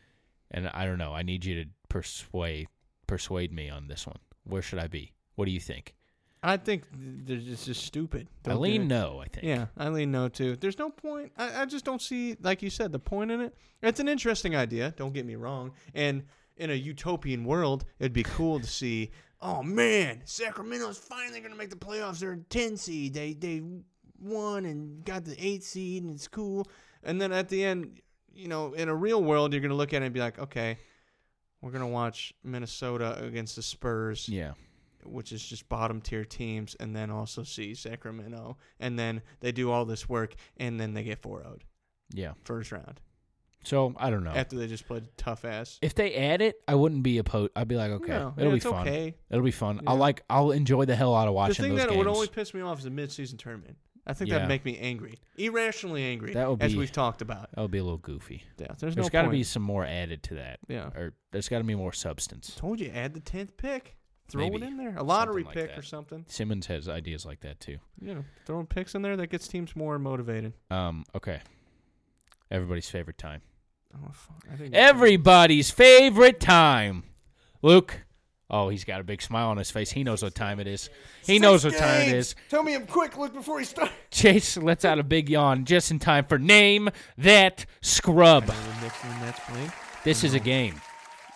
[SPEAKER 3] and I don't know. I need you to persuade persuade me on this one. Where should I be? What do you think? I
[SPEAKER 4] I think th- it's just stupid. Don't do
[SPEAKER 3] lean
[SPEAKER 4] it.
[SPEAKER 3] no. I think.
[SPEAKER 4] Yeah, I lean no too. There's no point. I, I just don't see, like you said, the point in it. It's an interesting idea. Don't get me wrong. And in a utopian world, it'd be cool to see. Oh man, Sacramento's finally gonna make the playoffs. They're a ten seed. They they won and got the eight seed, and it's cool. And then at the end, you know, in a real world, you're gonna look at it and be like, okay, we're gonna watch Minnesota against the Spurs
[SPEAKER 3] Yeah.
[SPEAKER 4] which is just bottom tier teams, and then also see Sacramento, and then they do all this work, and then they get 4 0
[SPEAKER 3] Yeah.
[SPEAKER 4] first round
[SPEAKER 3] So I don't know.
[SPEAKER 4] after they just played tough ass.
[SPEAKER 3] if they add Oh. it, I wouldn't be opposed. I'd be like, okay,
[SPEAKER 4] No,
[SPEAKER 3] it'll
[SPEAKER 4] it's
[SPEAKER 3] be fun.
[SPEAKER 4] okay.
[SPEAKER 3] It'll be fun.
[SPEAKER 4] Yeah.
[SPEAKER 3] I'll like. I'll enjoy the hell out of
[SPEAKER 4] The
[SPEAKER 3] watching
[SPEAKER 4] thing
[SPEAKER 3] those
[SPEAKER 4] that
[SPEAKER 3] games.
[SPEAKER 4] would only piss me off is the midseason tournament. I think
[SPEAKER 3] Yeah.
[SPEAKER 4] that'd make me angry, irrationally angry,
[SPEAKER 3] That would
[SPEAKER 4] as
[SPEAKER 3] be-
[SPEAKER 4] we've talked about.
[SPEAKER 3] that would be a little goofy.
[SPEAKER 4] Yeah,
[SPEAKER 3] there's
[SPEAKER 4] there's, no
[SPEAKER 3] got to
[SPEAKER 4] point.
[SPEAKER 3] be some more added to that.
[SPEAKER 4] Yeah.
[SPEAKER 3] Or there's got to be more substance.
[SPEAKER 4] Told you, add the tenth pick, throw
[SPEAKER 3] Maybe.
[SPEAKER 4] it in there, a lottery
[SPEAKER 3] Something like
[SPEAKER 4] pick
[SPEAKER 3] that.
[SPEAKER 4] or something.
[SPEAKER 3] Simmons has ideas like that too.
[SPEAKER 4] You know, throwing picks in there that gets teams more motivated.
[SPEAKER 3] Um, okay. Everybody's favorite time.
[SPEAKER 4] Oh, fuck. I think
[SPEAKER 3] Everybody's favorite time. Luke. Oh, he's got a big smile on his face. He knows what time it is. He knows what time it is.
[SPEAKER 4] Tell me him quick, look before he starts.
[SPEAKER 3] Chase lets out a big yawn just in time for name that scrub. This is a game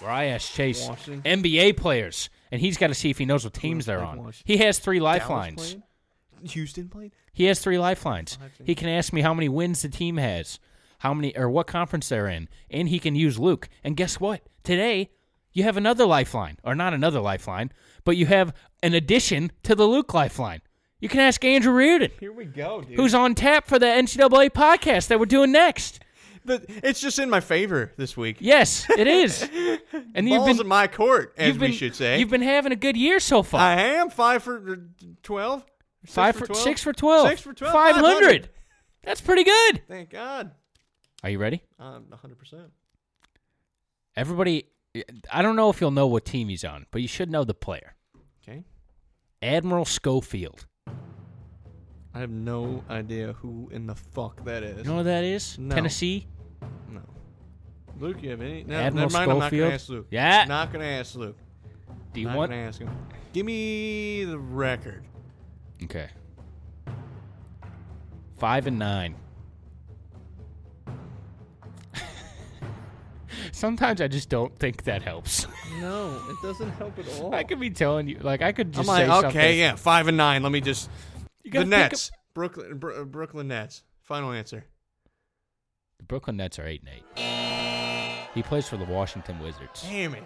[SPEAKER 3] where I asked Chase
[SPEAKER 4] Washington.
[SPEAKER 3] NBA players and he's got to see if he knows what teams they're
[SPEAKER 4] like
[SPEAKER 3] on.
[SPEAKER 4] Wash-
[SPEAKER 3] He has three
[SPEAKER 4] Dallas
[SPEAKER 3] lifelines.
[SPEAKER 4] played? Houston played.
[SPEAKER 3] He has three lifelines.
[SPEAKER 4] I'll have to-
[SPEAKER 3] He can ask me how many wins the team has, how many or what conference they're in, and he can use Luke. And guess what? Today you have another lifeline, or not another lifeline, but you have an addition to the Luke lifeline. You can ask Andrew Reardon,
[SPEAKER 4] Here we go, dude.
[SPEAKER 3] who's on tap for the NCAA podcast that we're doing next.
[SPEAKER 4] But it's just in my favor this week.
[SPEAKER 3] Yes, it is. And
[SPEAKER 4] Balls
[SPEAKER 3] you've
[SPEAKER 4] in
[SPEAKER 3] been,
[SPEAKER 4] my court, as
[SPEAKER 3] you've been
[SPEAKER 4] we should say.
[SPEAKER 3] you've been having a good year so far.
[SPEAKER 4] I am five for uh, twelve. Six
[SPEAKER 3] Five
[SPEAKER 4] for
[SPEAKER 3] for,
[SPEAKER 4] 12?
[SPEAKER 3] six for twelve.
[SPEAKER 4] Six for twelve.
[SPEAKER 3] Five hundred. That's pretty good.
[SPEAKER 4] Thank God.
[SPEAKER 3] Are you ready?
[SPEAKER 4] I'm 100. percent
[SPEAKER 3] Everybody, I don't know if you'll know what team he's on, but you should know the player.
[SPEAKER 4] Okay.
[SPEAKER 3] Admiral Schofield.
[SPEAKER 4] I have no idea who in the fuck that is.
[SPEAKER 3] You know who that is?
[SPEAKER 4] Mm, No.
[SPEAKER 3] Tennessee.
[SPEAKER 4] No. Luke, you have any? No,
[SPEAKER 3] Admiral
[SPEAKER 4] never mind. I'm not gonna
[SPEAKER 3] Schofield?
[SPEAKER 4] ask Luke.
[SPEAKER 3] Yeah.
[SPEAKER 4] Not gonna ask Luke.
[SPEAKER 3] Do you
[SPEAKER 4] not
[SPEAKER 3] want?
[SPEAKER 4] gonna ask him. Give me the record.
[SPEAKER 3] Okay. Five and nine. Sometimes I just don't think that helps.
[SPEAKER 4] No, it doesn't help at all.
[SPEAKER 3] I could be telling you, like I could
[SPEAKER 4] I'm
[SPEAKER 3] just
[SPEAKER 4] like,
[SPEAKER 3] say
[SPEAKER 4] okay,
[SPEAKER 3] something.
[SPEAKER 4] yeah, five and nine. Let me just.
[SPEAKER 3] You
[SPEAKER 4] The
[SPEAKER 3] gotta think
[SPEAKER 4] Nets,
[SPEAKER 3] of-
[SPEAKER 4] Brooklyn, Bro- uh, Brooklyn Nets. Final answer.
[SPEAKER 3] the Brooklyn Nets are eight and eight. He plays for the Washington Wizards.
[SPEAKER 4] Damn it.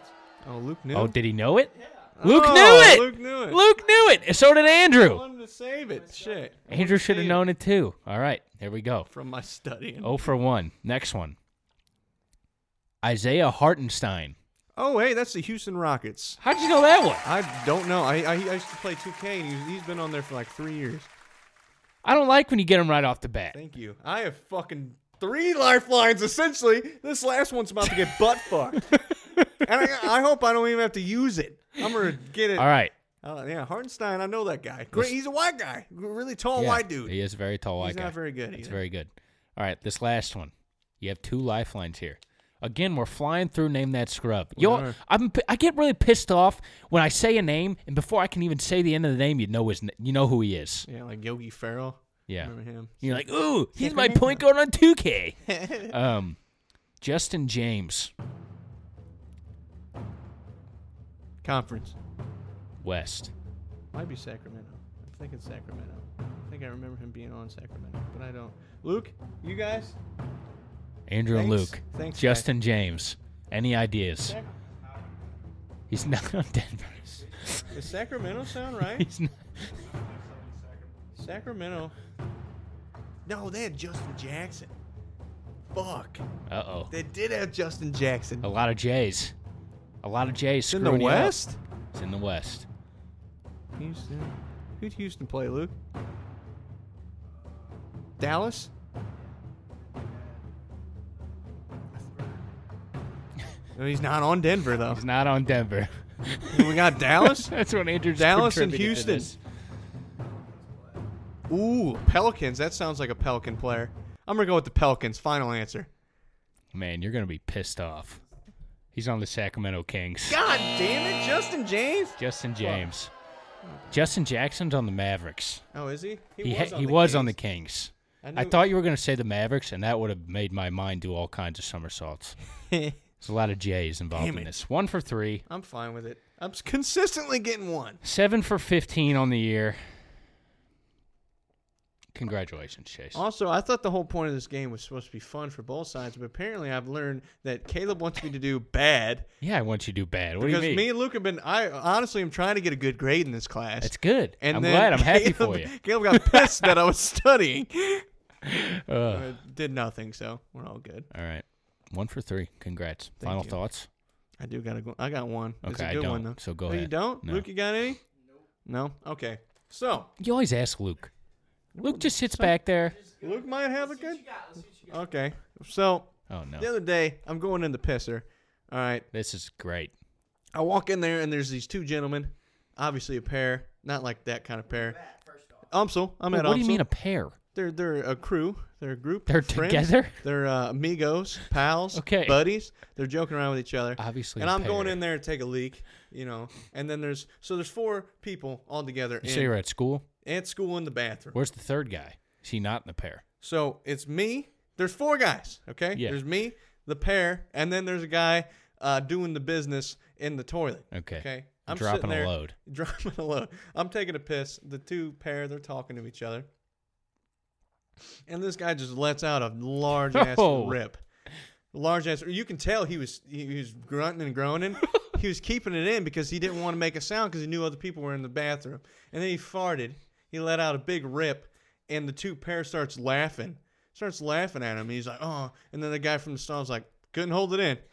[SPEAKER 4] Oh, Luke knew.
[SPEAKER 3] Oh, did he know it? Luke
[SPEAKER 4] Oh,
[SPEAKER 3] knew it.
[SPEAKER 4] Luke knew it.
[SPEAKER 3] Luke knew it. and So did
[SPEAKER 4] I
[SPEAKER 3] Andrew.
[SPEAKER 4] wanted to save it. Shit. I wanted
[SPEAKER 3] Andrew
[SPEAKER 4] to
[SPEAKER 3] should have
[SPEAKER 4] save
[SPEAKER 3] known it too. All right, here we go.
[SPEAKER 4] from my studying. Oh.
[SPEAKER 3] Oh for one. Next one. Isaiah Hartenstein.
[SPEAKER 4] Oh, hey, that's the Houston Rockets.
[SPEAKER 3] How'd you know that one?
[SPEAKER 4] I don't know. I I, I used to play 2K, and he's, he's been on there for like three years.
[SPEAKER 3] I don't like when you get them right off the bat.
[SPEAKER 4] Thank you. I have fucking three lifelines essentially. This last one's about to get butt fucked, and I, I hope I don't even have to use it. I'm gonna get it.
[SPEAKER 3] All right.
[SPEAKER 4] Uh, yeah, Hartenstein. I know that guy. Great. He's a white guy. Really tall
[SPEAKER 3] Yeah,
[SPEAKER 4] white dude.
[SPEAKER 3] He is a very tall white
[SPEAKER 4] He's
[SPEAKER 3] guy.
[SPEAKER 4] not very good
[SPEAKER 3] He's
[SPEAKER 4] either.
[SPEAKER 3] very good. All right, this last one. You have two lifelines here. Again, we're flying through. Name that scrub.
[SPEAKER 4] We
[SPEAKER 3] You
[SPEAKER 4] are.
[SPEAKER 3] all, I'm. p- I get really pissed off when I say a name, and before I can even say the end of the name, you know his. n- You know who he is.
[SPEAKER 4] Yeah, like Yogi Ferrell.
[SPEAKER 3] Yeah.
[SPEAKER 4] Remember him?
[SPEAKER 3] You're like, ooh, he's my point guard on 2K. um, Justin James,
[SPEAKER 4] Conference.
[SPEAKER 3] West.
[SPEAKER 4] Might be Sacramento. I think it's Sacramento. I think I remember him being on Sacramento, but I don't. Luke, you guys?
[SPEAKER 3] Andrew and
[SPEAKER 4] Thanks.
[SPEAKER 3] Luke.
[SPEAKER 4] Thanks, guys.
[SPEAKER 3] Justin James. Any ideas?
[SPEAKER 4] Sac-
[SPEAKER 3] He's not on Denver.
[SPEAKER 4] Does Sacramento sound right?
[SPEAKER 3] He's not.
[SPEAKER 4] Sacramento. No, they had Justin Jackson. Fuck.
[SPEAKER 3] Uh oh.
[SPEAKER 4] They did have Justin Jackson.
[SPEAKER 3] A lot of Jays. A lot of Jays.
[SPEAKER 4] it's in the
[SPEAKER 3] Oh, screwing you up.
[SPEAKER 4] West?
[SPEAKER 3] It's in the West.
[SPEAKER 4] Houston. Who'd Houston play, Luke? Dallas? No, he's not on Denver, though.
[SPEAKER 3] He's not on Denver.
[SPEAKER 4] We got Dallas?
[SPEAKER 3] That's what Andrew's
[SPEAKER 4] Dallas and
[SPEAKER 3] contributed to
[SPEAKER 4] Houston.
[SPEAKER 3] this.
[SPEAKER 4] Ooh, Pelicans. That sounds like a Pelican player. I'm going to go with the Pelicans. Final answer.
[SPEAKER 3] Man, you're gonna be pissed off. He's on the Sacramento Kings.
[SPEAKER 4] God damn it, Justin James?
[SPEAKER 3] Justin James. Justin Jackson's on the Mavericks.
[SPEAKER 4] Oh, is he?
[SPEAKER 3] He ha- he was on the Kings. I
[SPEAKER 4] knew-
[SPEAKER 3] thought you were going to say the Mavericks, and that would have made my mind do all kinds of somersaults. There's a lot of J's involved
[SPEAKER 4] Damn
[SPEAKER 3] in
[SPEAKER 4] it.
[SPEAKER 3] this. One for three,
[SPEAKER 4] I'm fine with it. I'm s- consistently getting one.
[SPEAKER 3] seven for 15 on the year. Congratulations, Chase.
[SPEAKER 4] Also, I thought the whole point of this game was supposed to be fun for both sides, but apparently I've learned that Caleb wants me to do bad.
[SPEAKER 3] Yeah, I want you to do bad. What
[SPEAKER 4] because
[SPEAKER 3] do you mean?
[SPEAKER 4] me and Luke have been, I honestly am trying to get a good grade in this class.
[SPEAKER 3] That's good.
[SPEAKER 4] And
[SPEAKER 3] I'm
[SPEAKER 4] then
[SPEAKER 3] glad. I'm happy
[SPEAKER 4] Caleb-
[SPEAKER 3] for you.
[SPEAKER 4] Caleb got pissed that I was studying.
[SPEAKER 3] Ugh.
[SPEAKER 4] Uh, did nothing, so we're all good.
[SPEAKER 3] all right. One for three. Congrats.
[SPEAKER 4] Thank
[SPEAKER 3] Final
[SPEAKER 4] you.
[SPEAKER 3] thoughts?
[SPEAKER 4] I do gotta go. I got one. it's
[SPEAKER 3] Okay,
[SPEAKER 4] a
[SPEAKER 3] I
[SPEAKER 4] good one though.
[SPEAKER 3] don't, so go
[SPEAKER 4] Oh, You
[SPEAKER 3] ahead.
[SPEAKER 4] don't,
[SPEAKER 3] No.
[SPEAKER 4] Luke. You got any? No. No. Okay. So
[SPEAKER 3] You always ask Luke. Luke just sits back there.
[SPEAKER 4] Luke might have a good. Okay. So
[SPEAKER 3] Oh, no.
[SPEAKER 4] the other day, I'm going in the pisser. All right.
[SPEAKER 3] This is great.
[SPEAKER 4] I walk in there and there's these two gentlemen, obviously a pair, not like that kind of pair. Umsel, I'm
[SPEAKER 3] Wait,
[SPEAKER 4] at
[SPEAKER 3] what do you
[SPEAKER 4] Umsel.
[SPEAKER 3] mean a pair?
[SPEAKER 4] They're they're a crew. They're a group.
[SPEAKER 3] They're
[SPEAKER 4] of friends.
[SPEAKER 3] together?
[SPEAKER 4] They're uh, amigos, pals,
[SPEAKER 3] Okay.
[SPEAKER 4] buddies. They're joking around with each other.
[SPEAKER 3] Obviously
[SPEAKER 4] And
[SPEAKER 3] a
[SPEAKER 4] I'm going
[SPEAKER 3] pair.
[SPEAKER 4] in there to take a leak, you know. And then there's so there's four people all together
[SPEAKER 3] You
[SPEAKER 4] in,
[SPEAKER 3] say you're at school?
[SPEAKER 4] at school in the bathroom.
[SPEAKER 3] Where's the third guy? Is he not in the pair?
[SPEAKER 4] So it's me. There's four guys. Okay.
[SPEAKER 3] Yeah.
[SPEAKER 4] There's me, the pair, and then there's a guy uh, doing the business in the toilet.
[SPEAKER 3] Okay.
[SPEAKER 4] Okay. I'm
[SPEAKER 3] Dropping
[SPEAKER 4] sitting
[SPEAKER 3] a
[SPEAKER 4] there,
[SPEAKER 3] load.
[SPEAKER 4] Dropping a load. I'm taking a piss. The two pair, they're talking to each other. And this guy just lets out a large ass
[SPEAKER 3] Oh.
[SPEAKER 4] rip. Large ass. You can tell he was he was grunting and groaning. he was keeping it in because he didn't want to make a sound because he knew other people were in the bathroom. And then he farted. He let out a big rip, and the two pair starts laughing. Starts laughing at him. He's like, oh. And then the guy from the stall's like, couldn't hold it in.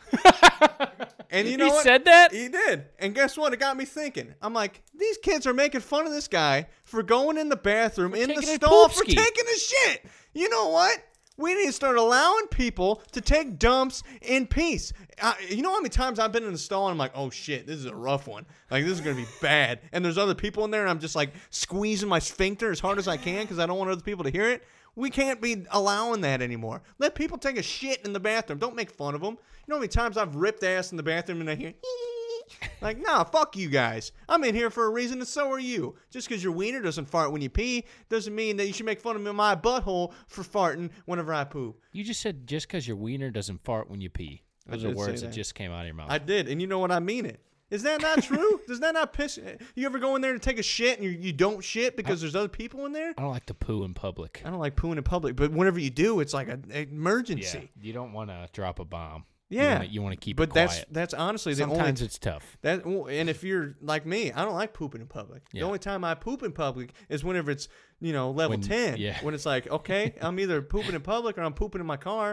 [SPEAKER 4] And you know
[SPEAKER 3] He
[SPEAKER 4] what?
[SPEAKER 3] said that?
[SPEAKER 4] He did. And guess what? It got me thinking. I'm like, these kids are making fun of this guy for going in the bathroom in the
[SPEAKER 3] taking a
[SPEAKER 4] stall
[SPEAKER 3] poop
[SPEAKER 4] for
[SPEAKER 3] ski.
[SPEAKER 4] taking a shit. You know what? We need to start allowing people to take dumps in peace. I, you know how many times I've been in the stall and I'm like, oh shit, this is a rough one. Like, this is going to be bad. And there's other people in there and I'm just like squeezing my sphincter as hard as I can because I don't want other people to hear it. We can't be allowing that anymore. Let people take a shit in the bathroom. Don't make fun of them. You know how many times I've ripped ass in the bathroom and I hear, like, nah, fuck you guys. I'm in here for a reason, and so are you. Just because your wiener doesn't fart when you pee doesn't mean that you should make fun of me my butthole for farting whenever I poop.
[SPEAKER 3] You just said just because your wiener doesn't fart when you pee.
[SPEAKER 4] I
[SPEAKER 3] Those are
[SPEAKER 4] did say
[SPEAKER 3] words that.
[SPEAKER 4] that.
[SPEAKER 3] just came out of your mouth.
[SPEAKER 4] I did, and you know what? I mean it. Is that not true? Does that not piss? You ever go in there to take a shit and you, you don't shit because there's other people in there?
[SPEAKER 3] I don't like to poo in public.
[SPEAKER 4] I don't like pooing in public, but whenever you do, it's like an
[SPEAKER 3] Yeah,
[SPEAKER 4] emergency.
[SPEAKER 3] you don't want to drop a bomb. You
[SPEAKER 4] Yeah,
[SPEAKER 3] wanna- you want to keep
[SPEAKER 4] But
[SPEAKER 3] it
[SPEAKER 4] that's
[SPEAKER 3] quiet.
[SPEAKER 4] that's honestly the only
[SPEAKER 3] Sometimes it's tough.
[SPEAKER 4] That well, and if you're like me, I don't like pooping in public.
[SPEAKER 3] Yeah.
[SPEAKER 4] The only time I poop in public is whenever it's you know level
[SPEAKER 3] When-
[SPEAKER 4] ten,
[SPEAKER 3] yeah.
[SPEAKER 4] when it's like okay, I'm either pooping in public or I'm pooping in my car,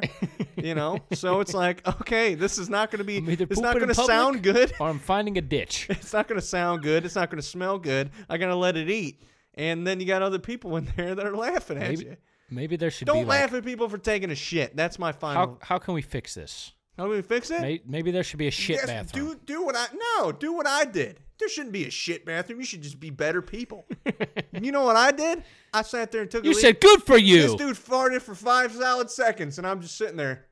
[SPEAKER 4] you know. So it's like okay, this is not going to be,
[SPEAKER 3] I'm either
[SPEAKER 4] it's not
[SPEAKER 3] pooping
[SPEAKER 4] going
[SPEAKER 3] in
[SPEAKER 4] to
[SPEAKER 3] public
[SPEAKER 4] sound good.
[SPEAKER 3] Or I'm finding a ditch.
[SPEAKER 4] It's not going to sound good. It's not going to smell good. I got to let it eat, and then you got other people in there that are laughing at
[SPEAKER 3] Maybe,
[SPEAKER 4] you.
[SPEAKER 3] maybe there should be
[SPEAKER 4] Don't
[SPEAKER 3] like,
[SPEAKER 4] laugh at people for taking a shit. That's my
[SPEAKER 3] how
[SPEAKER 4] final.
[SPEAKER 3] how can we fix this?
[SPEAKER 4] How, do we fix it?
[SPEAKER 3] May- Maybe there should be a shit
[SPEAKER 4] Yes,
[SPEAKER 3] bathroom.
[SPEAKER 4] Do do what I no. Do what I did. There shouldn't be a shit bathroom. You should just be better people. you know what I did? I sat there and took. a
[SPEAKER 3] you
[SPEAKER 4] leak.
[SPEAKER 3] said good for
[SPEAKER 4] this
[SPEAKER 3] you.
[SPEAKER 4] dude farted for five solid seconds, and I'm just sitting there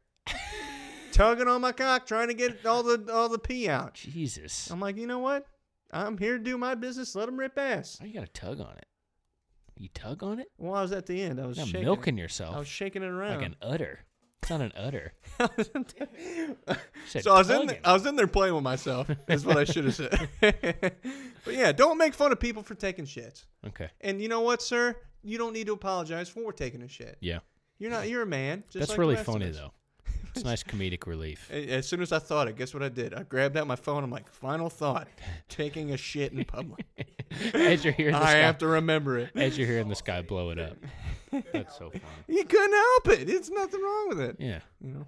[SPEAKER 4] tugging on my cock, trying to get all the all the pee out.
[SPEAKER 3] Jesus,
[SPEAKER 4] I'm like, you know what? I'm here to do my business. Let them rip ass.
[SPEAKER 3] Why you got to tug on it. You tug on it.
[SPEAKER 4] Well, I was at the end. I was
[SPEAKER 3] You're
[SPEAKER 4] shaking
[SPEAKER 3] milking
[SPEAKER 4] it.
[SPEAKER 3] yourself
[SPEAKER 4] I was shaking it around.
[SPEAKER 3] like an udder. It's not an udder. Said
[SPEAKER 4] so I was in
[SPEAKER 3] tug
[SPEAKER 4] there,
[SPEAKER 3] it.
[SPEAKER 4] I was in there playing with myself. That's what I should have said. but yeah, don't make fun of people for taking shits.
[SPEAKER 3] okay.
[SPEAKER 4] And you know what, sir? You don't need to apologize for taking a shit.
[SPEAKER 3] Yeah,
[SPEAKER 4] You're not. You're a man. Just
[SPEAKER 3] that's
[SPEAKER 4] like the
[SPEAKER 3] really
[SPEAKER 4] rest of
[SPEAKER 3] funny
[SPEAKER 4] us.
[SPEAKER 3] though. It's nice comedic relief.
[SPEAKER 4] A- As soon as I thought it, guess what I did? I grabbed out my phone. I'm like, final thought: taking a shit in public.
[SPEAKER 3] As you're hearing this
[SPEAKER 4] I
[SPEAKER 3] guy,
[SPEAKER 4] have to remember it.
[SPEAKER 3] as you're hearing this guy blow it up. That's so funny.
[SPEAKER 4] You couldn't help it. It's nothing wrong with it.
[SPEAKER 3] Yeah.
[SPEAKER 4] You know.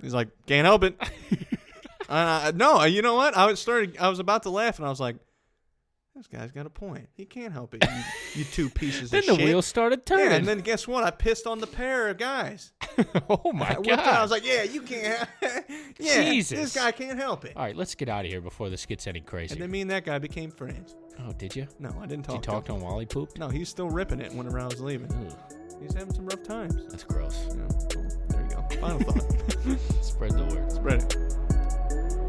[SPEAKER 4] He's like, can't help it. uh, no, you know what? I was started. I was about to laugh, and I was like, this guy's got a point. He can't help it. You, you two pieces
[SPEAKER 3] Then
[SPEAKER 4] of
[SPEAKER 3] the
[SPEAKER 4] shit.
[SPEAKER 3] wheels started turning.
[SPEAKER 4] Yeah, and then guess what? I pissed on the pair of guys.
[SPEAKER 3] oh my
[SPEAKER 4] I
[SPEAKER 3] god!
[SPEAKER 4] whipped out. I was like, "Yeah, you can't. yeah,
[SPEAKER 3] Jesus.
[SPEAKER 4] this guy can't help it."
[SPEAKER 3] All right, let's get out of here before this gets any crazier.
[SPEAKER 4] And then me and that guy became friends.
[SPEAKER 3] oh, did you?
[SPEAKER 4] No, I didn't
[SPEAKER 3] Did
[SPEAKER 4] talk.
[SPEAKER 3] you talk to him while he pooped?
[SPEAKER 4] No, he's still ripping it whenever I was leaving.
[SPEAKER 3] Ooh,
[SPEAKER 4] He's having some rough times.
[SPEAKER 3] that's gross.
[SPEAKER 4] Yeah, well, there you go. Final thought.
[SPEAKER 3] Spread the word.
[SPEAKER 4] Spread it.